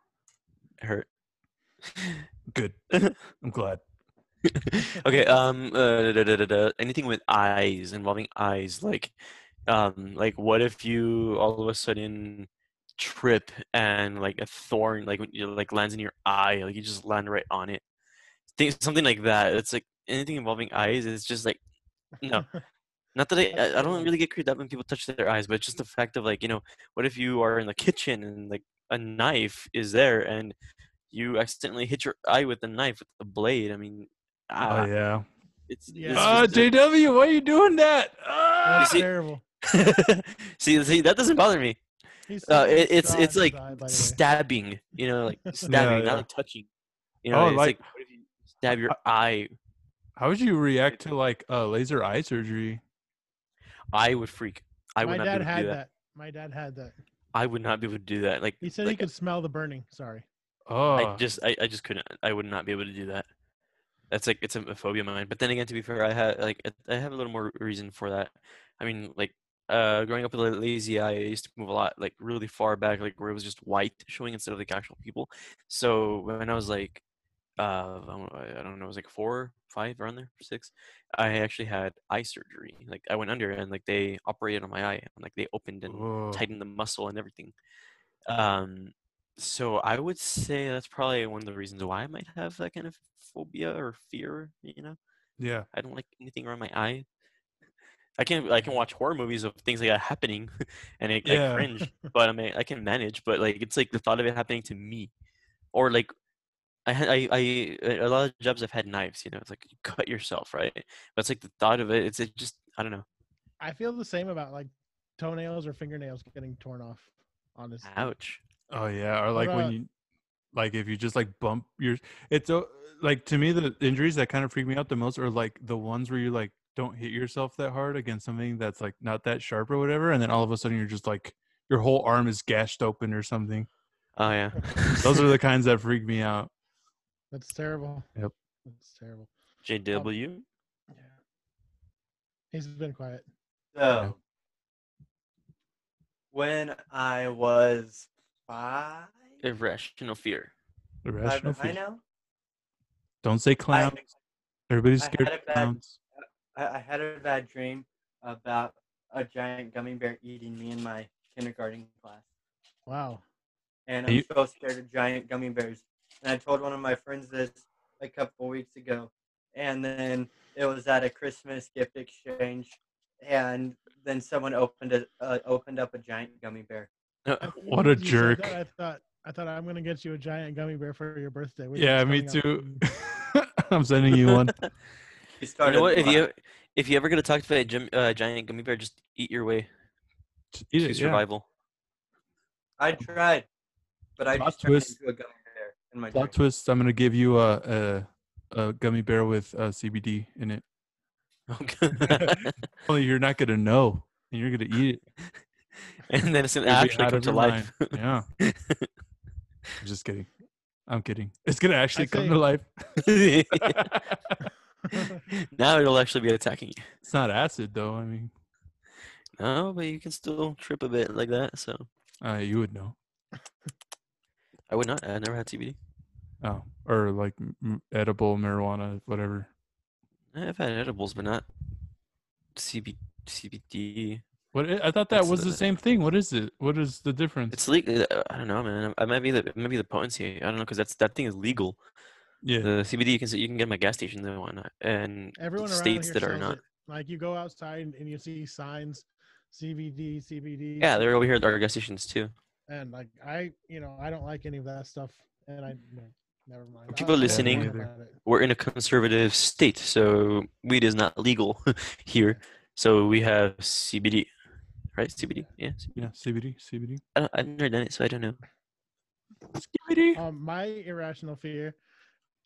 C: It hurt.
B: Good. I'm glad.
C: okay. Um. Uh, da, da, da, da, da. Anything with eyes involving eyes, like, um, like what if you all of a sudden trip and like a thorn, like when you like lands in your eye, like you just land right on it. Think something like that. It's like anything involving eyes. It's just like no. Not that I,
A: That's
C: I- I don't
A: true.
C: really get creeped out when people touch their eyes, but just the fact of like, you know, what if you are in the kitchen and like a knife is there and you accidentally hit your eye with the knife with the blade? I mean, ah,
B: oh yeah.
C: it's,
A: Yeah.
C: it's
B: Ah,
C: just a-
B: JW, why are you doing that? Ah!
A: That's
C: see-
A: terrible.
C: see, see, that doesn't bother me.
A: He's
C: Uh,
A: such a
C: it, it's
A: star
C: it's
A: in his
C: like
A: eye, by the way.
C: stabbing, you know, like stabbing,
B: yeah.
C: not like touching. You know,
B: Oh,
C: it's
B: like-
C: like, what if you stab your eye?
B: How would you react to like uh, laser eye surgery?
C: I would freak. I would
A: My
C: not be
A: dad
C: able to do
A: had
C: that.
A: that. My dad had that.
C: I would not be able to do that. Like
A: He said he
C: like, uh,
A: could smell the burning. Sorry.
B: Oh,
C: I just I, I just couldn't I would not be able to do that. That's like it's a, a phobia of mine. But then again, to be fair, I had like I- I have a little more reason for that. I mean, like uh, growing up with a lazy eye, I used to move a lot, like really far back, like where it was just white showing instead of like actual people. So when I was like, uh, I don't- I don't know, it was like four, five, around there, six. I actually had eye surgery. Like I went under and like they operated on my eye, and like they opened and
B: oh.
C: tighten the muscle and everything. Um, so I would say that's probably one of the reasons why I might have that kind of phobia or fear. You know,
B: yeah.
C: I don't like anything around my eye. I can I can watch horror movies of things like that happening, and it,
B: Yeah.
C: I cringe. But I mean, I can manage. But like, it's like the thought of it happening to me, or like, I had I, I a lot of jobs I've had knives. You know, it's like you cut yourself, right? But it's like the thought of it. It's it just I don't know.
A: I feel the same about like toenails or fingernails getting torn off. Honestly.
C: Ouch.
B: Oh yeah, or like when
A: about-
B: you, like if you just like bump your, it's uh, like to me the injuries that kind of freak me out the most are like the ones where you like don't hit yourself that hard against something that's like not that sharp or whatever, and then all of a sudden you're just like your whole arm is gashed open or something.
C: Oh yeah.
B: Those are the kinds that freak me out.
A: That's terrible.
B: Yep.
A: That's terrible.
C: JW.
A: Yeah. He's been quiet.
E: So, when I was five,
C: irrational fear.
E: five
B: Irrational
E: and
B: fear.
E: I know,
B: Don't say
E: I,
B: clown. Everybody's
E: I
B: scared
E: had
B: of
E: a bad-
B: clowns.
E: I, I had a bad dream about a giant gummy bear eating me in my kindergarten class.
A: Wow.
E: and
B: Are
E: I'm
B: you-
E: so scared of giant gummy bears. And I told one of my friends this a couple weeks ago, and then it was at a Christmas gift exchange, and then someone opened a uh, opened up a giant gummy bear.
A: As soon
B: What a
A: as you said
B: jerk.
A: that, I thought I thought I'm gonna get you a giant gummy bear for your birthday. which
B: Yeah,
A: is
B: me
A: coming up
B: too.
A: soon.
B: I'm sending you one.
E: He
C: You
E: started.
C: know what? If you e,
E: laughing.
C: if you ever get attacked by a gym, uh, giant gummy bear, just eat your way
B: Just Eat
C: to
B: it, yeah.
C: survival.
E: I tried, but I
B: Plot
E: just turned
B: twist.
E: into a gummy bear in my
B: Plot
E: dream.
B: twist: I'm gonna give you a a, a gummy bear with uh, CBD in it.
C: Okay.
B: Only you're not gonna know, and you're gonna eat it.
C: and then it's gonna
B: You'll be
C: actually
B: out
C: come
B: of
C: to
B: your
C: life.
B: mind. Yeah. I'm just kidding. I'm kidding. It's gonna actually come
A: say-
B: to life.
C: now it'll actually be attacking you.
B: it's not acid though. I mean,
C: No, but you can still trip a bit like that. So
B: uh, you would know.
C: I would not. I never had CBD.
B: Oh, or like m- m- edible marijuana, whatever.
C: I've had edibles, but not CB, CBD.
B: What eh, i- I thought that
C: That's
B: was the
C: the-
B: same thing. What is it? What is the difference?
C: It's legal. uh, I don't know, man. I might be the it might be the potency. I don't know because that's that thing is legal.
B: yeah.
C: The CBD you can s- you can get them at gas stations and whatnot, and
A: Everyone around
C: states
A: here
C: that are
A: sells
C: not.
A: it. Like you go outside and, and you see signs, CBD, CBD.
C: Yeah, they're over here at our gas stations too.
A: And like I, you know, I don't like any of that stuff. And I, no, never mind.
C: People
A: I- I don't
C: listening-
A: know
B: Yeah, me
A: about it.
C: We're in a conservative state, so weed is not legal here. So we have CBD, right? CBD, yeah. CBD.
B: Yeah. CBD. CBD.
C: I don't, I've never done it, so I don't know.
B: CBD.
A: Um, my irrational fear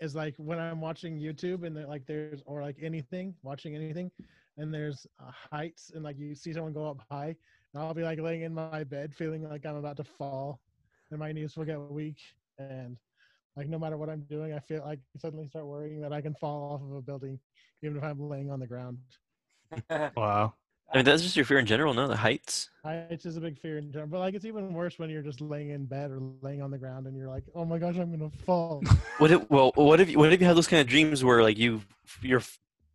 A: is like when I'm watching YouTube and they're like there's or like anything watching anything, and there's uh, heights and like you see someone go up high, and I'll be like laying in my bed feeling like I'm about to fall, and my knees will get weak and like no matter what I'm doing, I feel like I suddenly start worrying that I can fall off of a building, even if I'm laying on the ground.
B: Wow.
C: I mean, that's just your fear in general, no? The heights.
A: Heights is a big fear in general, but like it's even worse when you're just laying in bed or laying on the ground and you're like, oh my gosh, I'm gonna fall.
C: What if? Well, what if? What if you have those kind of dreams where like you, you're,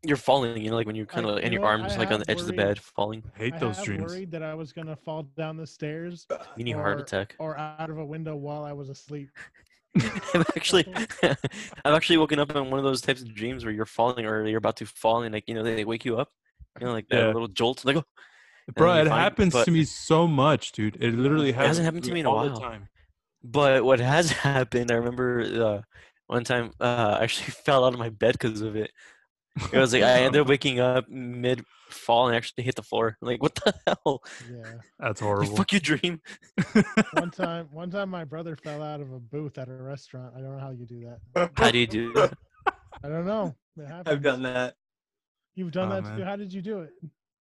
C: you're falling. You know, like when you're kind
A: I-
C: of and
A: you
C: your
A: know what?
C: arms
A: I
C: like on
A: have
C: the edge of the
A: worried-
C: bed, falling,
B: Hate
A: I
B: those
A: have
B: dreams. Uh.
A: worried that I was gonna fall down the stairs
C: mini
A: Or-
C: heart attack.
A: or out of a window while I was asleep.
C: I've actually, I've actually woken up in one of those types of dreams where you're falling or you're about to fall, and like you know they wake you up, you know, like that
B: Yeah.
C: little jolt. Like, oh,
B: Bro,
C: then
B: it
C: you find-
B: happens
C: but-
B: to me so much, dude. It literally
C: It hasn't happened to me in a
B: all the
C: while.
B: time.
C: But what has happened, I remember uh, one time uh, I actually fell out of my bed because of it. It was like I ended up waking up mid fall and actually hit the floor. Like, what the hell?
A: Yeah.
B: That's
C: You
B: horrible.
C: fuck your dream.
A: one time one time my brother fell out of a booth at a restaurant. I don't know how you do that.
C: How do you do that?
A: I don't know. It
E: I've
A: happens.
E: done that.
A: You've done
B: Oh,
A: that
B: man.
A: too. How did you do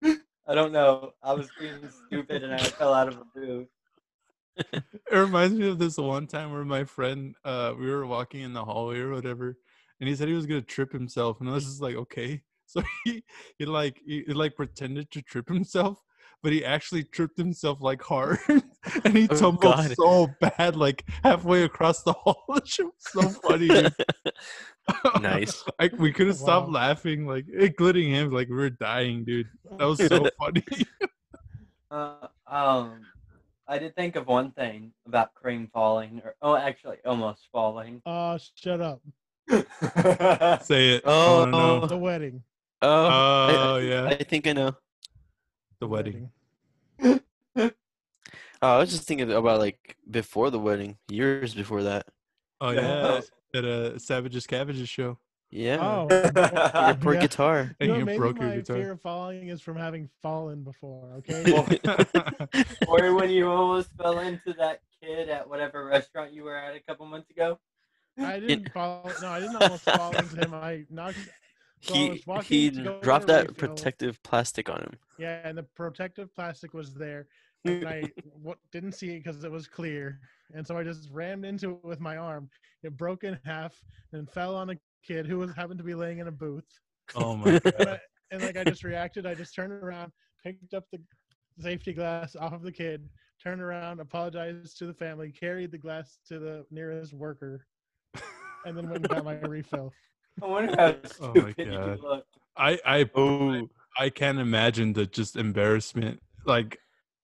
A: it?
E: I don't know. I was being stupid and I fell out of a booth.
B: it reminds me of this one time where my friend uh we were walking in the hallway or whatever and he said he was gonna trip himself and i was just like okay so he he like he, he, like pretended to trip himself but he actually tripped himself like hard and he
C: Oh,
B: tumbled
C: God.
B: so bad like halfway across the hall which was so funny dude.
C: nice.
B: like we couldn't stop
A: Wow.
B: laughing like including him like we were dying dude that was so funny
E: Uh, um, I did think of one thing about cream falling, or oh, actually, almost falling.
A: Oh, shut up.
E: I
B: say it I
C: Oh,
B: wanna know.
A: The wedding.
C: Oh,
A: Uh,
B: oh
C: I,
B: yeah
C: I think I know.
B: the wedding
C: Oh, I was just thinking about like before the wedding, years before that.
B: oh
E: Yeah.
B: yeah at a Savage's Cabbages show.
C: Yeah.
A: Oh.
C: Your poor
A: Yeah.
C: guitar.
A: You
B: And
A: know,
B: you
A: maybe
B: broke your
A: my
B: guitar.
A: fear of falling is from having fallen before, okay?
B: Oh, Well-
E: or when you almost fell into that kid at whatever restaurant you were at a couple months ago.
A: I didn't fall no, I didn't almost fall into him. I knocked So I
C: he
A: was walking
C: he
A: to go
C: dropped
A: get a
C: that
A: refill.
C: protective plastic on him.
A: yeah, and the protective plastic was there. And I w- didn't see it because it was clear. And so I just rammed into it with my arm. It broke in half and fell on a kid who was happened to be laying in a booth.
B: oh my god.
A: and like I just reacted. I just turned around, picked up the safety glass off of the kid, turned around, apologized to the family, carried the glass to the nearest worker, and then went and got my refill.
E: I wonder how
B: Oh my
E: stupid
B: God.
E: you look.
B: I I
C: Oh,
B: I can't imagine the just embarrassment. Like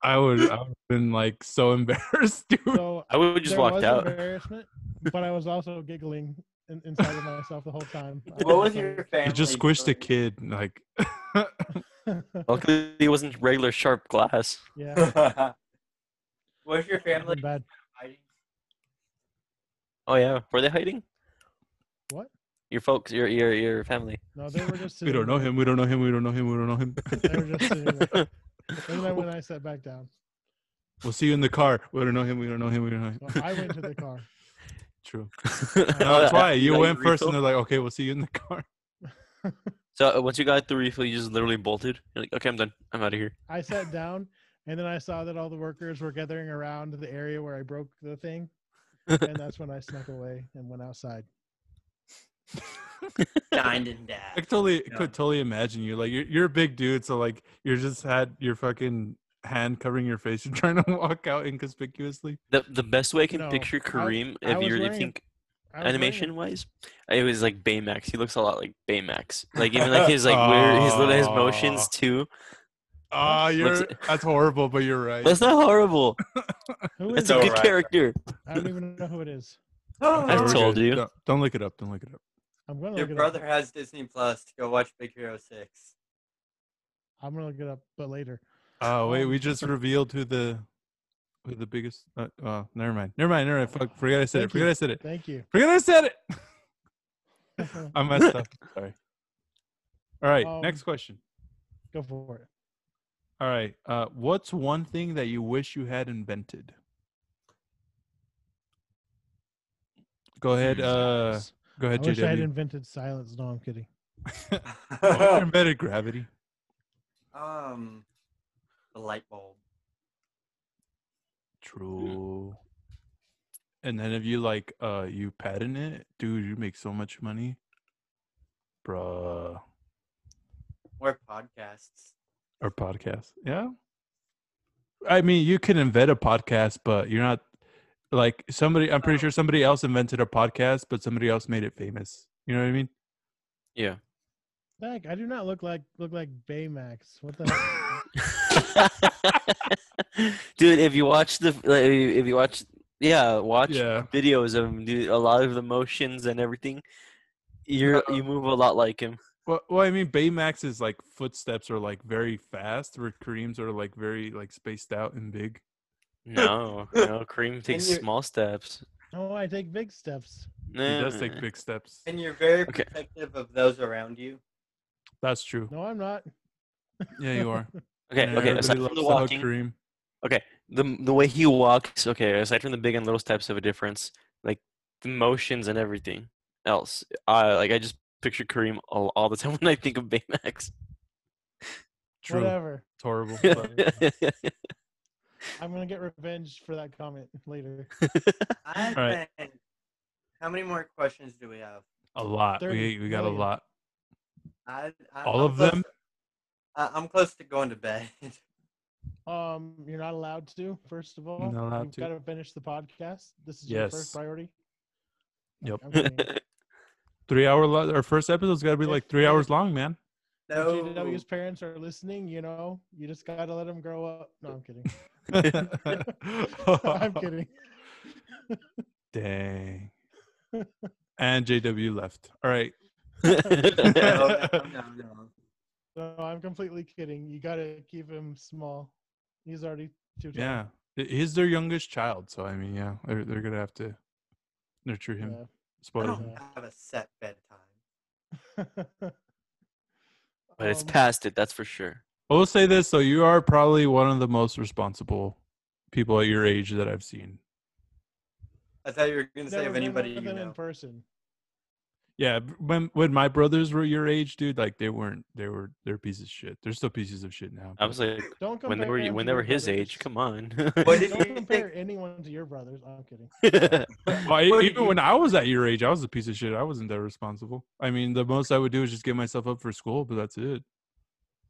B: I would I would have been like so embarrassed, dude.
A: So
C: I would have just
A: there
C: walked
A: was
C: out.
A: Embarrassment, but I was also giggling in, inside of myself the whole time. I
E: What was
A: so-
E: your family?
B: You just squished a
E: doing?
B: kid, like
C: Luckily, it wasn't regular sharp glass.
A: yeah,
E: was your
A: it
E: family
A: wasn't bad.
E: hiding?
C: Oh yeah, were they hiding?
A: What?
C: Your folks, your your your family.
A: No, they were just.
B: we don't
A: sitting
B: know
A: there.
B: him, we don't know him, we don't know him, we don't know him.
A: They were just sitting
C: Oh,
A: there. And then when I sat back down,
B: we'll see you in the car. We don't know him, we don't know him, we don't know him.
A: so I went to the car.
B: True. No,
C: Oh,
B: that's
C: that-
B: why you
C: that
B: went first and
C: refill?
B: they're like, Okay, we'll see you in the car.
C: So uh, once you got the refill, you just literally bolted. You're like, okay, I'm done. I'm out of here.
A: I sat down, and then I saw that all the workers were gathering around the area where I broke the thing, and that's when I snuck away and went outside.
E: Dined and
B: I
E: dashed.
B: totally
E: Yeah.
B: could totally imagine you. Like you're you're a big dude, so like you're just had your fucking hand covering your face. You're trying to walk out inconspicuously.
C: The the best way I can
A: No,
C: picture
A: I-
C: Kareem,
A: I
C: if
A: was
C: you really
A: wearing a- I
C: think
A: was wearing a-
C: animation wise, it was like Baymax. He looks a lot like Baymax. Like even like his like weird his little his motions
B: Aw.
C: too.
B: Ah,
C: Looks-
B: you're
C: looks-
B: that's horrible, but you're right.
C: That's not horrible.
A: Who is
C: That's
E: It's
C: a
A: it?
C: good
E: alright.
C: character.
A: I don't even know who it is.
B: Okay,
C: I've
B: we're
E: Oh,
C: told
B: good.
C: you.
B: Don't, don't look it up. Don't look it up.
A: I'm gonna
E: your
A: look it
E: brother
A: up.
E: has Disney Plus. Go watch Big Hero Six.
A: I'm gonna look it up, but later.
B: Oh wait,
A: Um,
B: we just revealed who the who the biggest. Uh, oh, never mind. Never mind. Never mind. Fuck. Forget I said it.
A: Thank you.
B: Forget I said it.
A: Thank you.
B: Forget I said it.
A: Go
B: I messed up. Sorry. All right.
A: Um,
B: next question.
A: for it.
B: All right. Uh, what's one thing that you wish you had invented? Go ahead.
C: Hmm.
B: Uh,
A: Silence.
B: go ahead,
A: I wish I had
B: JW.
A: invented silence. No, I'm kidding.
B: Oh, you invented gravity.
E: um, the light bulb.
B: True. And then if you like, uh, you patent it, dude, you make so much money, bruh.
E: Or podcasts.
B: Or podcast, yeah. I mean, you can invent a podcast, but you're not like somebody.
A: Oh.
B: I'm pretty sure somebody else invented a podcast, but somebody else made it famous. You know what I mean?
C: Yeah.
A: Heck, I do not look like look like Baymax. What the? heck?
C: dude, if you watch the like, if you watch yeah, watch
B: Yeah.
C: videos of him do a lot of the motions and everything, you're you move a lot like him.
B: Well, well, I mean, Baymax's like footsteps are like very fast, where Kareem's are like very like spaced out and big.
C: No, no, Cream takes
E: you're-
C: small steps.
A: oh, I take big steps.
B: He does
C: Mm.
B: take big steps.
E: And you're very
C: Okay.
E: protective of those around you.
B: That's true.
A: No, I'm not.
B: Yeah, you are.
C: Okay,
B: And
C: okay.
B: everybody
C: Aside from
B: loves
C: the
B: to hug
C: walking,
B: Kareem.
C: the the way he walks. Okay, aside from the big and little steps of a difference, like the motions and everything else. Uh, like I just picture Kareem all, all the time when I think of Baymax.
B: True.
A: Whatever.
B: It's horrible. but-
A: I'm gonna get revenge for that comment later.
E: I
B: Alright.
E: think- How many more questions do we have?
B: a lot.
A: 30
B: We, we got a
A: million.
B: lot.
E: I, I,
B: All
E: I'm
B: of
E: close-
B: them?
E: I, I'm close to going to bed.
A: Um, you're not allowed to. First of all,
B: Not allowed
A: you've
B: to.
A: got to finish the podcast. This is your first
B: Yes.
A: priority.
B: Yep.
A: Okay, I'm kidding.
B: Three hour. Lo- our first episode's got to be
A: If-
B: like three hours long, man.
A: If
E: no.
A: GW's parents are listening, you know, you just gotta let them grow up. No, I'm kidding. I'm kidding.
B: Dang. and JW left. All right.
E: no, no, no, no.
A: No, I'm completely kidding. You gotta keep him small. He's already too. tall.
B: Yeah. He- He's their youngest child. So, I mean, yeah, they're, they're going to have to nurture him.
A: Yeah.
E: I
B: Spoil him.
E: don't have a set bedtime.
C: but it's
A: Um,
C: past it. That's for sure.
B: I will say this, though. You are probably one of the most responsible people at your age that I've seen.
E: I thought you were going to say
A: never
E: of
A: been
E: anybody you
A: with him in
E: know.
A: person.
B: Yeah, b- when when my brothers were your age, dude, like they weren't, they were, they're pieces of shit. They're still pieces of shit now.
C: I was like,
A: Don't compare
C: when they were
A: him
C: when
A: to
C: they were
A: your
C: his
A: brothers.
C: age. Come on.
E: What did
A: Don't
E: you
A: compare
E: think?
A: anyone to your brothers. I'm kidding.
B: Well, I-
E: What did
B: even
E: you-
B: when I was at your age, I was a piece of shit. I wasn't that responsible. I mean, the most I would do is just get myself up for school, but that's it.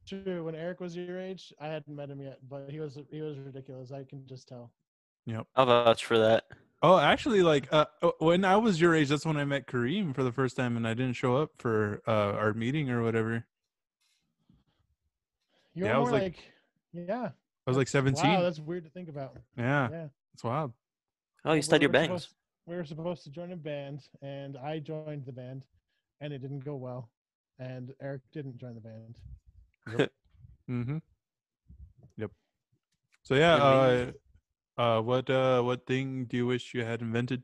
A: True. When Eric was your age, I hadn't met him yet, but he was he was ridiculous. I can just tell.
C: I'll vouch for that.
B: Oh, actually, like uh, uh, when I was your age, that's when I met Kareem for the first time, and I didn't show up for uh, our meeting or whatever.
A: You're
B: Yeah, I
A: more
B: was
A: like,
B: like-
A: yeah.
B: I was like seventeen.
A: Wow, that's weird to think about.
B: yeah,
A: yeah.
B: it's wild.
C: Oh, you
A: But we
C: studied your
A: were
C: bangs.
A: supposed- we were supposed to join a band, and I joined the band, and it didn't go well, and Eric didn't join the band.
B: Mm-hmm. Yep. So yeah, uh,
C: Amazing.
B: uh, what uh, what thing do you wish you had invented?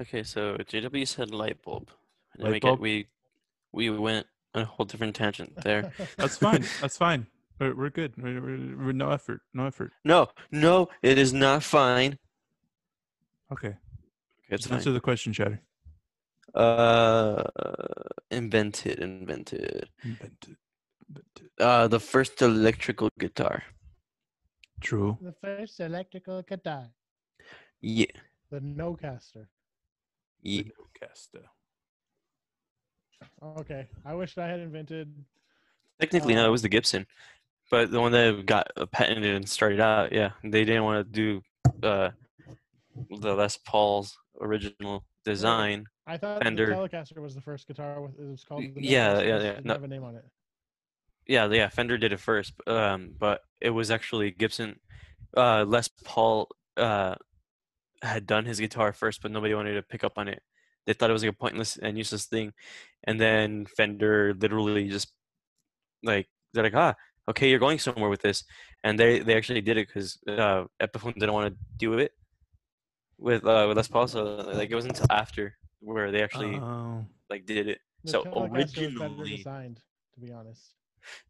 C: Okay, so JW said light bulb. And
B: Light
C: we,
B: bulb?
C: Get, we we went on a whole different tangent there.
B: That's fine. that's fine. We're, we're good. We're, we're, we're no effort. No effort.
C: no, no, it is not fine.
B: Okay.
C: It's
B: Answer
C: fine.
B: the question, Shatter.
C: Uh, invented, invented.
B: Invented. Invented.
C: Uh, the first electrical guitar.
B: True.
A: The first electrical guitar,
C: Yeah,
A: the no caster.
C: yeah.
B: Caster.
A: Okay, I wish I had invented.
C: Technically, no,
A: Uh,
C: it was the Gibson, but the one that got uh, patented and started out. Yeah, they didn't want to do uh, the Les Paul's original design.
A: I thought
C: Fender.
A: the Telecaster was the first guitar. With, it was called. The
C: Yeah,
A: Telecaster,
C: yeah,
A: it
C: yeah,
A: Didn't
C: no.
A: have a name on it.
C: Yeah, yeah, Fender did it first, b- um, but it was actually Gibson. Uh, Les Paul uh, had done his guitar first, but nobody wanted to pick up on it. They thought it was like a pointless and useless thing, and then Fender literally just like they're like, ah, okay, you're going somewhere with this, and they they actually did it because uh, Epiphone didn't want to do it with uh, with Les Paul, so like it wasn't until after where they actually
A: Uh-huh.
B: Oh.
C: like did it.
A: The
C: so
A: Telecaster was better
C: originally.
A: designed, to be honest.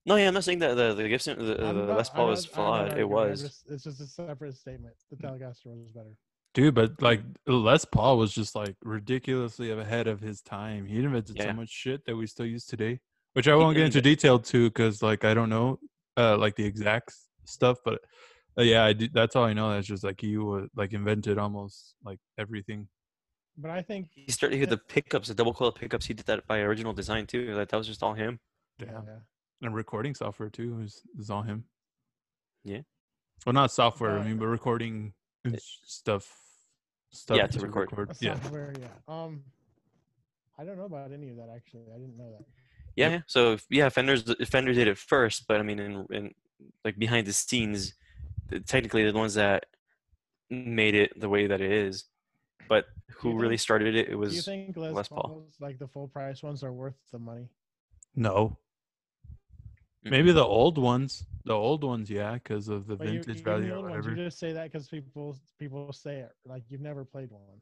C: No, yeah, I'm not saying that the, the Gibson, the, Uh, the
A: I'm not-
C: Les
A: I'm
C: Paul
A: not-
C: was
A: I'm not
C: flawed. It
A: arguing, I'm
C: was. Mm.
A: just- it's just a separate statement. The Telecaster was better.
B: Dude, but like Les Paul was just like ridiculously ahead of his time. He invented so
C: Yeah.
B: much shit that we still use today, which I won't get into
C: invent-
B: detail to because like I don't know uh like the exact s- stuff, but Uh, yeah, I do, that's all I know. That's just like he was like invented almost like everything.
A: But I think
C: He started here the pickups, the double coil pickups. He did that by original design too. Like that was just all him.
B: Damn. And recording software too is is all him.
C: Yeah.
B: Well, not software. I
A: Uh,
B: mean, but recording and s- stuff. Stuff
C: Yeah, to record.
A: a
B: Yeah.
A: software, yeah. Um, I don't know about any of that actually. I didn't know that.
C: Yeah. yeah. So yeah, Fender's Fender did it first, but I mean, in, in like behind the scenes, th- technically the ones that made it the way that it is. But who
A: you
C: really
A: think-
C: started it? It
A: Do you
C: was
A: think Les,
C: Les Paul.
A: Pauls, like the full price ones, are worth the money?
B: No.
C: Mm.
B: Maybe the old ones. The old ones, yeah, because of the
A: But you-
B: vintage
A: even the
B: value or
A: old ones,
B: whatever.
A: You just say that because people people say it. Like you've never played one.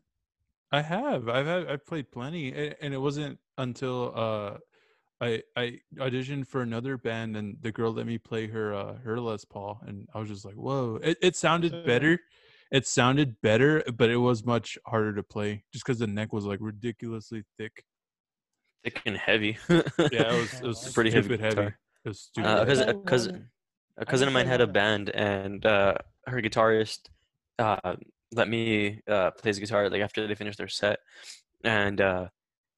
B: I have. I've had, I've played plenty, a- and it wasn't until uh, I I auditioned for another band, and the girl let me play her uh, her Les Paul, and I was just like, whoa! It it
A: So-
B: sounded better. It sounded better, but it was much harder to play just because the neck was like ridiculously thick.
C: thick and heavy.
B: Yeah, it was, it was
A: It's
C: pretty heavy
B: stupid heavy.
C: guitar.
B: It was stupid.
C: Uh, a
B: heavy.
C: cousin, a
A: play
C: cousin, a cousin of
A: play
C: mine had a
A: one.
C: band, and uh, her guitarist uh, let me uh, play his guitar like after they finished their set, and uh,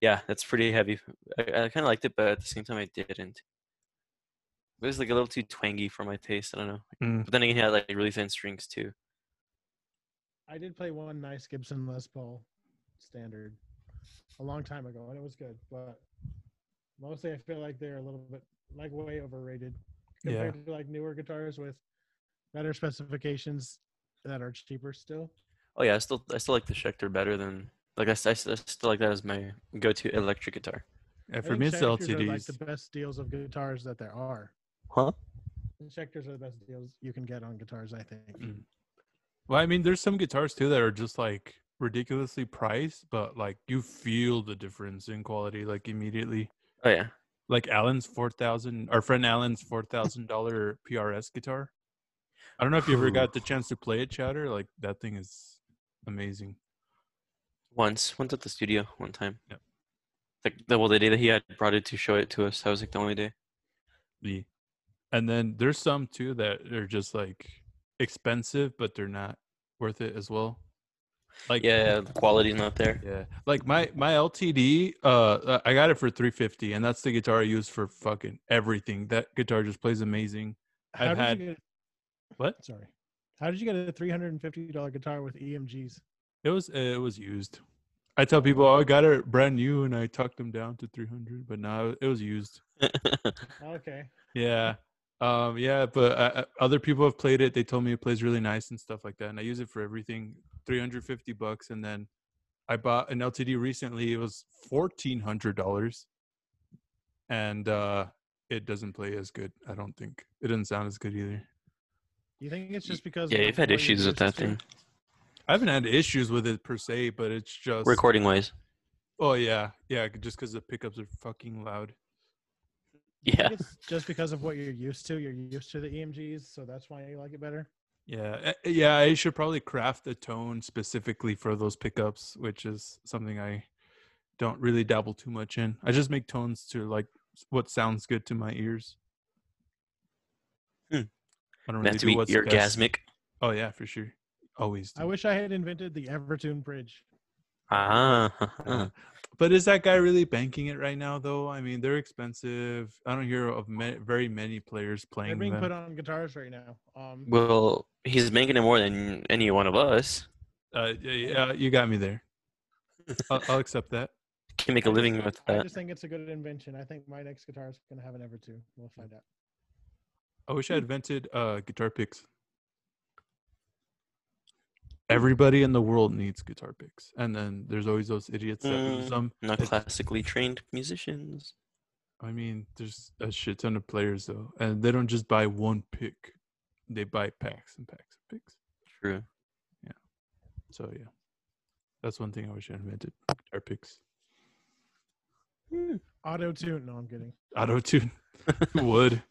C: yeah, that's pretty heavy. I, I kind of liked it, but at the same time, I didn't. It was like a little too twangy for my taste. I don't know.
B: Mm.
C: But then again, he had like really thin strings too.
A: I did play one nice Gibson Les Paul standard a long time ago, and it was good. But mostly, I feel like they're a little bit like way overrated
B: Yeah.
A: compared to like newer guitars with better specifications that are cheaper still.
C: Oh yeah, I still I still like the Schecter better than like I, s- I s- I still like that as my go-to electric guitar.
B: Yeah,
A: I
B: for
A: think
B: me, it's the
A: Schecters are, like
B: LTDs.
A: the best deals of guitars that there are.
C: Huh?
A: And Schecters are the best deals you can get on guitars, I think.
B: Mm. Well, I mean, there's some guitars too that are just like ridiculously priced, but like you feel the difference in quality like immediately.
C: Oh yeah.
B: Like Alan's four thousand, our friend Alan's four thousand dollar PRS guitar. I don't know if you ever
C: Whew.
B: got the chance to play it, Chowder. Like that thing is amazing.
C: Once, once at the studio, one time.
B: Yep.
C: Like the well, the day that he had brought it to show it to us, that was like the only day.
B: The, and then there's some too that are just like expensive, but they're not worth it as well. Like
C: Yeah, the quality's not there.
B: Yeah, like my my LTD, uh, uh, I got it for 350, and that's the guitar I use for fucking everything. That guitar just plays amazing. I've
A: How did
B: had-
A: you get,
B: What?
A: sorry. How did you get a three hundred and fifty dollar guitar with E EMGs?
B: It was uh, it was used. I tell people oh, I got it brand new, and I talked them down to 300, but no, it was used.
A: Okay.
B: Yeah, um, yeah, but I, I- other people have played it. They told me it plays really nice and stuff like that, and I use it for everything. 350 bucks, and then I bought an LTD recently. It was fourteen hundred dollars, and uh, it doesn't play as good. I don't think it doesn't sound as good either.
A: You think it's just because
C: yeah,
A: of
C: you've had
A: what you're
C: issues
A: used
C: with that
A: to?
C: thing,
B: I haven't had issues with it per se, but it's just
C: recording wise.
B: Oh yeah, yeah, just because the pickups are fucking loud.
A: You think
C: Yeah,
A: It's just because of what you're used to. You're used to the EMGs, so that's why you like it better.
B: Yeah, eh, yeah, I should probably craft a tone specifically for those pickups, which is something I don't really dabble too much in. I just make tones to like s- what sounds good to my ears.
C: Hmm.
B: I don't
C: meant to be
B: do what's best.
C: orgasmic.
B: Oh yeah, for sure. Always.
A: I
B: do.
A: wish I had invented the Evertune bridge.
C: Ah,
B: But is that guy really banking it right now, though? I mean, they're expensive. I don't hear of ma- very many players
A: They're
B: playing
A: being
B: them.
A: put on guitars right now. Um,
C: well, he's making it more than any one of us.
B: uh, yeah, yeah, you got me there. I'll, I'll accept that.
C: Can make a
A: I just
C: living
A: think-
C: with
A: I
C: that.
A: just think it's a good invention. I think my next guitar is going to have an Evertune. We'll find out.
B: I wish I had invented uh, guitar picks. Everybody in the world needs guitar picks, and then there's always those idiots that use
C: Mm.
B: them.
C: Not
B: It's-
C: classically trained musicians.
B: I mean, there's a shit ton of players though, and they don't just buy one pick; they buy packs and packs of picks.
C: True.
B: So yeah, that's one thing I wish I invented: guitar picks,
A: Auto tune. No, I'm kidding.
B: auto tune. you would,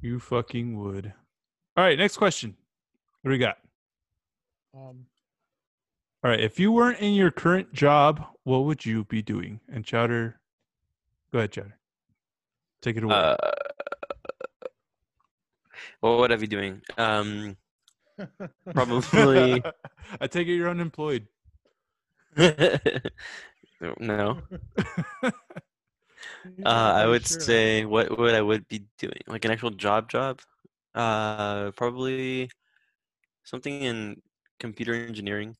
B: you fucking would. All right, next question. What do we got?
A: Um,
B: All right. If you weren't in your current job, what would you be doing? And Chowder, go ahead, Chowder. Take it away.
C: Uh, Well, Uh, what would I be doing? Um, probably.
B: I take it you're unemployed.
C: no. Uh, I would say what would I would be doing? Like an actual job job? Uh, probably something in computer engineering.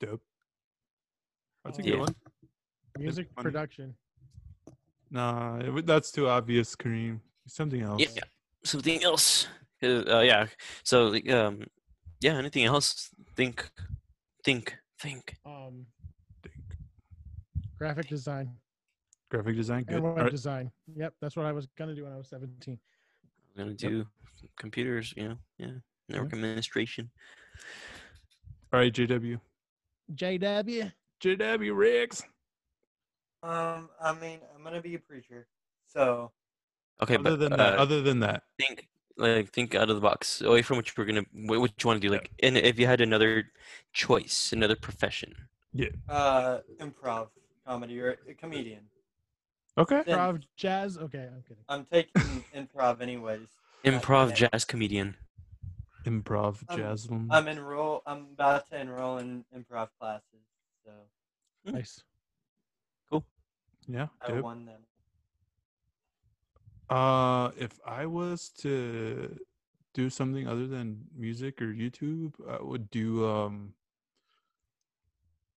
B: Dope. That's a
A: Oh.
B: good
C: Yeah.
B: one.
A: music
E: Funny.
A: production.
B: Nah, it, would- that's too obvious, Kareem. Something else.
C: Yeah, something else. 'Cause, Uh, yeah. So like, um, yeah. Anything else? Think, think, think.
A: Um, graphic design
B: Graphic design, good.
A: and
B: All
A: web
B: right,
A: design. Yep, that's what I was gonna do when I was 17.
C: I'm gonna do computers. You know. Yeah. Network administration.
B: all right, JW.
A: JW.
B: JW Riggs.
E: Um, I mean, I'm gonna be a preacher, so
C: Okay,
B: other
C: but
B: than
C: uh,
B: that, other than that,
C: think like think out of the box, away from what you were gonna, what, what you want to do. Like, and if you had another choice, another profession.
E: uh, improv comedy or a comedian.
B: okay.
E: Then
A: Improv jazz. Okay, I'm kidding.
E: I'm taking improv anyways.
C: Improv
E: Okay.
C: jazz comedian.
B: Improv,
E: Um,
B: Jasmine.
E: I'm enroll. I'm about to enroll in improv classes, so Uh-huh.
A: Nice.
B: yeah.
E: I
B: Dope.
E: won them.
B: Uh, if I was to do something other than music or YouTube, I would do um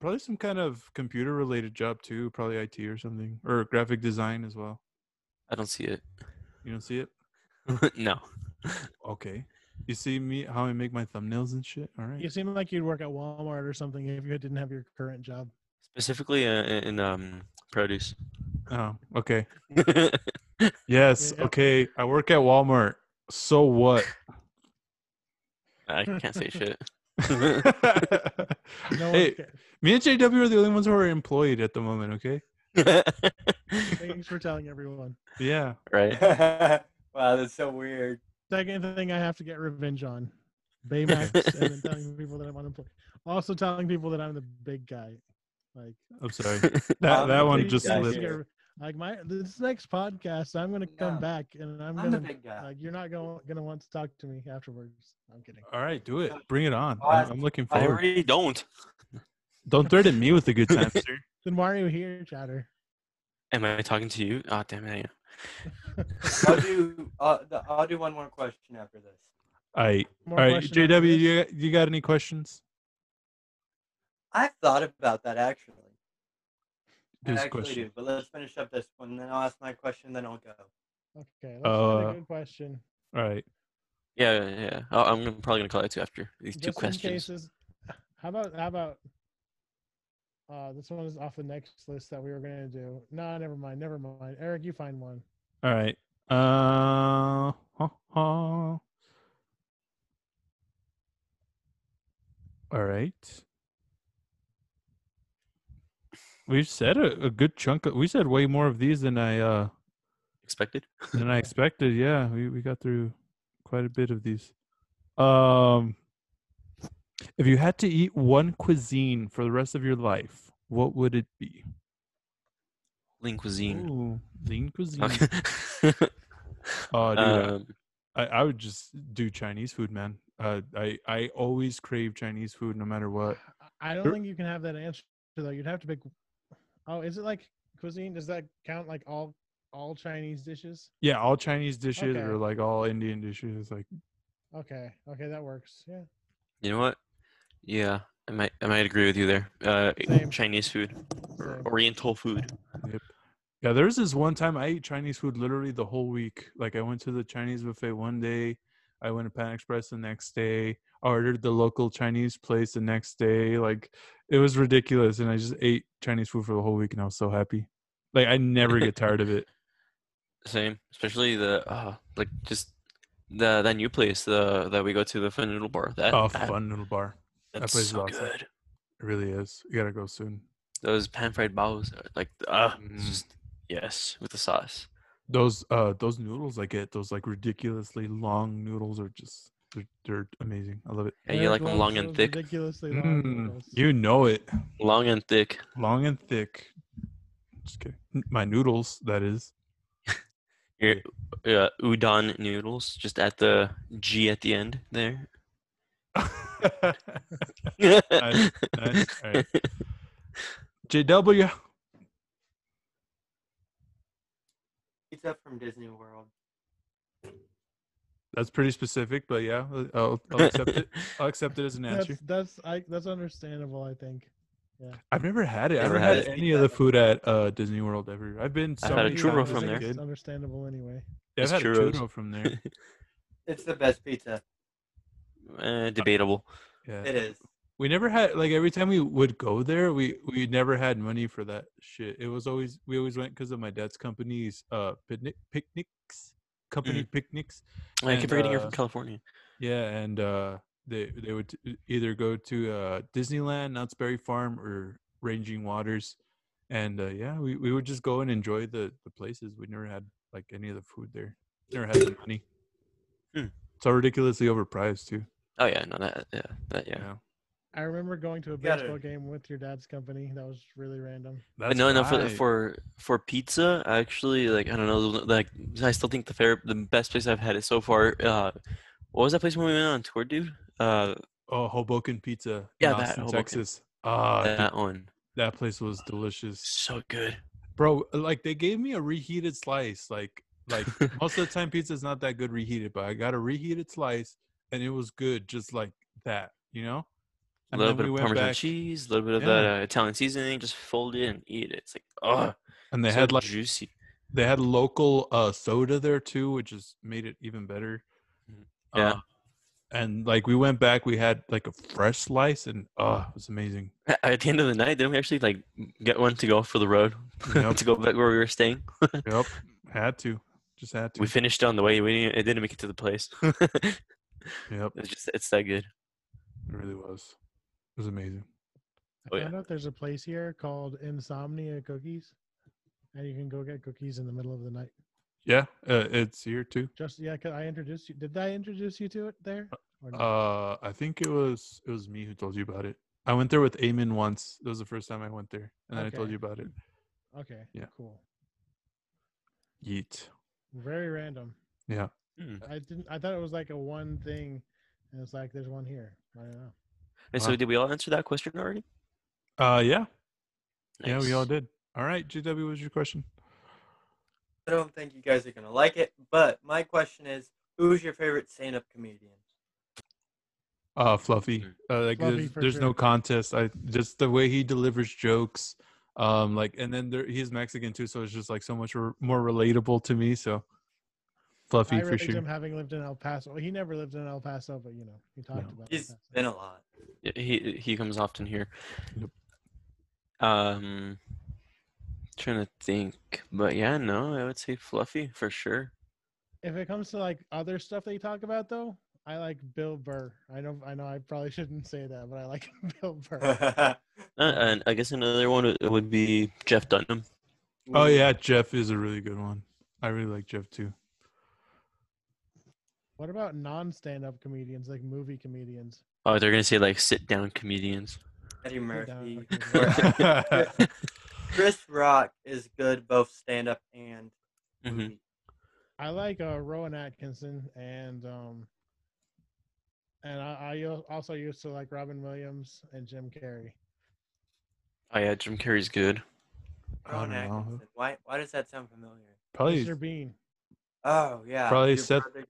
B: probably some kind of computer related job too, probably IT or something, or graphic design as well.
C: I don't see it.
B: You don't see it?
C: no.
B: Okay. You see me how I make my thumbnails and shit? All right.
A: You seem like you'd work at Walmart or something if you didn't have your current job.
C: Specifically uh, in um, produce.
B: Oh, okay.
C: yeah,
B: Yes,
A: Yeah.
B: okay. I work at Walmart. So what?
C: I can't say shit.
A: No one
B: hey,
A: ca-
B: me and JW are the only ones who are employed at the moment, okay?
A: Thanks for telling everyone.
B: Yeah.
C: right.
E: wow, that's so weird.
A: Second thing I have to get revenge on. Baymax and then telling people that I'm unemployed. Also telling people that I'm the big guy. Like
B: I'm sorry. That
E: Um,
B: that one
A: please
B: just
A: guys,
B: slipped.
A: get re- Like my this next podcast, I'm gonna come
E: No.
A: back and I'm
E: I'm the
A: gonna
E: big guy.
A: like you're not going gonna want to talk to me afterwards. I'm kidding.
C: Uh,
B: All right, do it. Bring it on.
E: Oh, I-
B: I'm, I'm looking
E: I
C: I
B: forward.
C: already don't.
B: Don't threaten me with a good time, sir.
A: Then why are you here, Chatter?
C: Am I talking to you? Oh, damn it.
E: I'll
C: I am.
E: do. Uh, the, I'll do one more question after this.
B: All right, all
A: More
B: right.
A: question after
B: JW,
A: this?
B: you you got any questions?
E: I've thought about that actually. I
B: This
E: actually
B: question.
E: do, but let's finish up this one. Then I'll ask my question. Then I'll go.
A: Okay, let's find
B: Uh,
A: a good question.
B: All right.
C: yeah, yeah, yeah. Oh, I'm gonna- probably going to call it two after these two
A: Just in
C: questions.
A: cases. How about how about uh this one is off the next list that we were gonna do. Nah, never mind, never mind. Eric, you find one.
B: All right. Uh, huh, huh. all right. We've said a, a good chunk. Of, we said way more of these than I uh
C: Expected?
B: than I expected. Yeah, we, we got through quite a bit of these. Um, if you had to eat one cuisine for the rest of your life, what would it be?
C: Lean cuisine.
B: Ooh, lean cuisine.
C: Okay.
B: Oh, dude,
C: um,
B: I, I would just do Chinese food, man. Uh, I I always crave Chinese food, no matter what.
A: I I don't
B: Sure.
A: think you can have that answer though. You'd have to pick Oh, is it like cuisine? Does that count like all all Chinese dishes?
B: Yeah, all Chinese dishes
A: Okay.
B: or like all Indian dishes, like
A: Okay. Okay, that works. Yeah.
C: you know what? Yeah, I might, I might agree with you there. Uh,
A: Same.
C: Chinese food, or
A: Same.
C: Oriental food.
B: Yeah, there was this one time I ate Chinese food literally the whole week. Like I went to the Chinese buffet one day, I went to Pan Express the next day, I ordered the local Chinese place the next day. Like it was ridiculous, and I just ate Chinese food for the whole week, and I was so happy. Like I never get tired of it.
C: Same, especially the uh, like just the that new place the that we go to the fun noodle bar. That,
B: Oh,
C: that-
B: fun noodle bar!
C: that's
B: place is
C: so
B: awesome.
C: good.
B: It really is. You gotta go soon.
C: Those pan fried baos, are, like uh,
B: Mm.
C: just yes with the sauce.
B: Those uh those noodles I get those like ridiculously long noodles are just they're, they're amazing. I love it.
C: And you
A: Eric
C: like
A: loves
C: them long and
A: those
C: thick,
A: Ridiculously long.
B: Mm,
A: noodles.
B: you know it.
C: long and thick.
B: long and thick. Just kidding. N- My noodles, that is.
C: your uh, udon noodles just at the G at the end there.
B: Nice, nice, alright. JW.
E: It's up from Disney World.
B: That's pretty specific, but yeah, I'll, I'll accept it.
C: Eh,
B: I'll accept it as an answer.
A: That's that's I, that's understandable. I think.
B: I've never had it.
C: Never
B: I've
C: had
B: never had,
C: it.
B: any of the food at uh, Disney World ever. I've been. So
C: I've had a
B: many
C: churro
A: It's
B: times,
C: from
B: it's
C: there.
B: good.
A: Understandable anyway.
B: Yeah, I've
C: It's
B: had a
C: churros.
B: churro from there.
E: It's the best pizza.
C: Uh, debatable.
B: Yeah,
E: It is.
B: we never had like every time we would go there, we we never had money for that shit. It was always we always went because of my dad's company's uh picnic picnics company
C: Mm.
B: picnics.
C: I
B: And,
C: keep forgetting you're
B: uh,
C: from California.
B: Yeah, and uh, they they would t- e, either go to uh, Disneyland, Knott's Berry Farm, or Ranging Waters, and uh, yeah, we, we would just go and enjoy the the places. We never had like any of the food there. Never had the money.
C: Hmm.
B: So ridiculously overpriced too.
C: Oh yeah, no, that yeah, that yeah.
B: You know?
A: I remember going to a
E: gotta-
A: baseball game with your dad's company. That was really random.
C: But no, no, for the- for for pizza, actually, like I don't know, like I still think the fair, the best place I've had it so far. Uh, what was that place when we went on tour, dude? Uh,
B: oh Hoboken pizza.
C: Yeah,
B: in
C: that
B: Austin,
C: Hoboken.
B: Texas. Ah, dude,
C: that one,
B: that place was delicious,
C: so good.
B: bro. Like they gave me a reheated slice, like like most of the time pizza's not that good reheated, but I got a reheated slice and it was good just like that, you know?
C: A
B: And
C: little
B: then
C: bit
B: we
C: of
B: went
C: Parmesan
B: back
C: cheese, a little bit of that uh, Italian seasoning, just fold it and eat it. It's like, oh,
B: and they had like
C: juicy.
B: they had local uh soda there too, which just made it even better.
C: Yeah.
B: Uh, and like we went back, we had like a fresh slice and uh it was amazing.
C: A- At the end of the night, didn't we actually like get one to go for the road
B: Yep.
C: to go back where we were staying?
B: Yep. Had to. Just had to.
C: We finished on the way. We didn't, it didn't make it to the place. it's
B: Yep. It
C: just it's that good.
B: really was. It was amazing.
C: Oh,
A: I
C: yeah.
A: found out there's a place here called Insomnia Cookies, and you can go get cookies in the middle of the night.
B: Yeah, uh, it's here too.
A: Just yeah, 'cause I introduced you. Did I introduce you to it there? Or no?
B: Uh, I think it was it was me who told you about it. I went there with Amin once. That was the first time I went there, and then I told
A: Okay.
B: you about it.
A: okay.
B: yeah.
A: Cool.
B: Yeet.
A: Very random.
B: Yeah.
C: Hmm.
A: I didn't. I thought it was like a one thing, and it's like there's one here. I don't know.
C: And
B: Wow.
C: so, did we all answer that question already?
B: Uh, yeah, yeah,
C: Nice.
B: we all did. All right, GW, what was your question?
E: I don't think you guys are gonna like it, but my question is, who's your favorite stand-up comedian?
B: Uh, Fluffy.
C: Mm.
B: Uh, like
A: Fluffy
B: there's,
A: for
B: there's no
A: sure.
B: contest. I just the way he delivers jokes. Um, like and then there, he's Mexican too, so it's just like so much re- more relatable to me. So, Fluffy
A: I
B: for
A: really
B: sure.
A: him having lived in El Paso. Well, he never lived in El Paso, but you know, he talked about El
E: He's
A: Paso.
E: been a lot.
C: Yeah, He he comes often here.
B: Yep.
C: Um, trying to think, but yeah, no, I would say Fluffy for sure.
A: if it comes to like other stuff that you talk about though i like bill burr i know i know i probably shouldn't say that but i like bill burr
C: Uh, and I guess another one would- would be Jeff Dunham.
B: Oh yeah, Jeff is a really good one. I really like Jeff too.
A: what about non-stand-up comedians like movie comedians
C: Oh, they're gonna say like sit down comedians.
E: Eddie
A: Sit down,
E: Murphy.
A: okay.
E: or- Chris Rock is good both stand-up and
B: Mm-hmm.
C: Mhm.
E: movie.
A: i like uh rowan atkinson and um and I, I al- also used to like robin williams and jim carrey
C: Oh yeah, Jim Carrey's good.
B: I
E: Rowan
B: don't know.
E: Atkinson. Why? Why does that sound familiar?
B: Probably
A: mr bean
E: Oh yeah.
B: Probably
E: your
B: Seth-
E: brother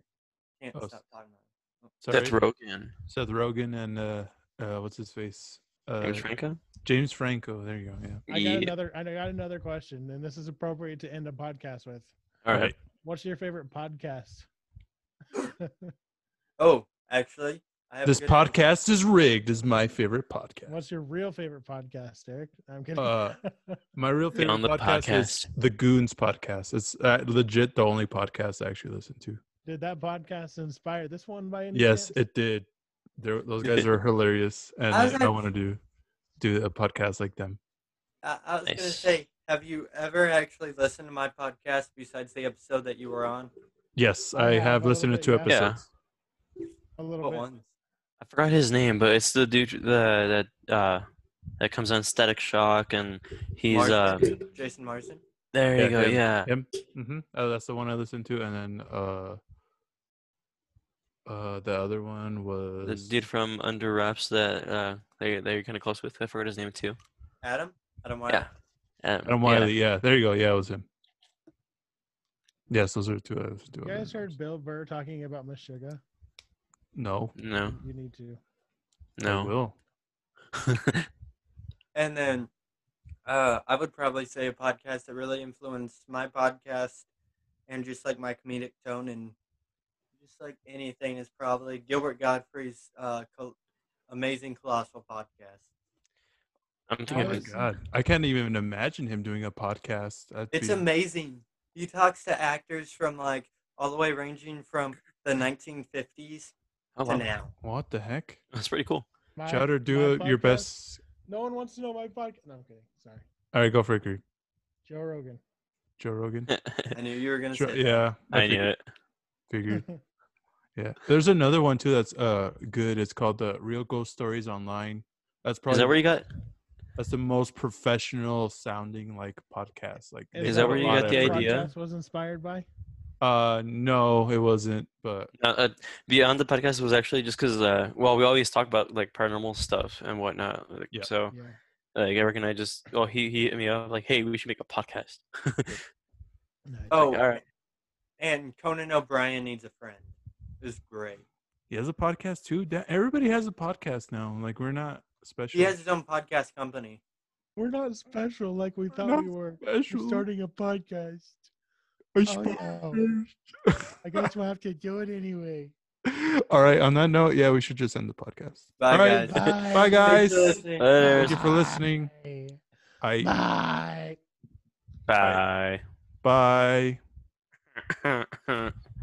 E: Can't
B: Oh,
E: stop talking about.
B: sorry,
E: it.
C: Seth Rogen,
B: Seth Rogen and uh, uh, what's his face? Uh,
C: James Franco.
B: James Franco. There you go. Yeah.
A: i got
C: Yeah.
A: another i got another question and this is appropriate to end a podcast with
C: All right.
A: what's your favorite podcast
E: Oh, actually, I have a
B: This
E: good one.
B: podcast is rigged. Is my favorite podcast.
A: what's your real favorite podcast eric i'm kidding
B: Uh, My real
C: Get
B: favorite
C: on the
B: podcast, is the Goons podcast. It's uh, legit the only podcast I actually listen to.
A: Did that podcast inspire this one by any
B: Yes,
A: chance?
B: it did. They're, those guys are hilarious, and
E: I
B: I,
E: was like-
B: want to do do a podcast like them.
E: I, I was gonna
C: Nice.
E: say, have you ever actually listened to my podcast besides the episode that you were on?
B: Yes,
A: I
B: I
A: have
B: have
A: a little
B: listened to
A: bit,
B: two
A: yeah.
C: Yeah.
B: episodes.
A: a little
B: Oh,
E: What
A: bit.
E: one?
C: I forgot his name, but it's the dude that that uh that comes on Static Shock, and he's uh
E: Jason Marsden.
C: There
B: Yeah,
C: you go.
B: him.
C: Yeah.
B: Him. Mm-hmm. Oh, that's the one I listened to, and then uh, uh, the other one
C: The
B: was
C: dude from Under Wraps that uh, they they're kind of close with. I forgot his name too.
E: Adam? Adam White?
C: Yeah. Um,
B: Adam
C: yeah.
B: Wiley. Yeah. there you go. Yeah, it was him. Yes, those are two. I was
A: You
B: doing.
A: guys heard Bill Burr talking about Meshuggah?
B: No,
C: No,
A: You need to.
B: no.
C: no.
B: will.
E: And then uh, I would probably say a podcast that really influenced my podcast and just like my comedic tone and just like anything is probably Gilbert Godfrey's uh, col- amazing colossal podcast.
C: I'm
B: Oh
A: I
C: thinking.
B: my
A: was-
B: god, I can't even imagine him doing a podcast. That'd
E: It's
B: be-
E: amazing. He talks to actors from like all the way ranging from the 1950s
C: oh,
E: to
C: wow.
E: now.
B: What the heck,
C: That's pretty cool.
A: My-
B: Chowder?
A: my
B: Do a, your
A: podcast?
B: best.
A: No one wants to know my podcast. No, I'm kidding. Sorry.
B: All right, go for it, Greek.
A: Joe Rogan.
B: Joe Rogan.
E: I knew you were gonna
B: Joe-
E: say that.
B: yeah,
C: I knew
B: figured-
C: it.
B: Figured. Yeah, there's another one too that's uh good. It's called the Real Ghost Stories Online. That's
C: Is
B: probably
C: that where you got?
B: that's the most professional sounding like podcast. Like,
A: And
B: they
C: Is that
B: put a
C: where you
B: lot
C: got
B: of
C: the
A: this
B: effort.
C: idea?
A: podcast Was inspired by.
B: Uh, no, it wasn't. But
C: Uh, uh, beyond the podcast was actually just because uh, well, we always talk about like paranormal stuff and whatnot. Like,
B: Yeah.
C: So
A: Yeah.
C: like Eric and I just well, he he hit me up like, hey, we should make a podcast.
A: Nice.
E: Oh,
C: All right.
E: and Conan O'Brien needs a friend. Is great.
B: he has a podcast too. Da- Everybody has a podcast now. Like, we're not special.
E: He has his own podcast company.
A: We're not special like we thought
B: not
A: we were. We're
B: special.
A: starting a podcast.
B: We're
A: Oh,
B: special.
A: I guess we'll have to do it anyway.
B: All right. On that note, yeah, we should just end the podcast.
E: Bye,
B: All right.
E: guys.
A: Bye.
B: Bye, guys.
E: Thanks for listening.
C: Later.
B: Thank you for listening.
A: Bye.
B: I
A: Bye.
C: Bye.
B: bye.
C: Bye.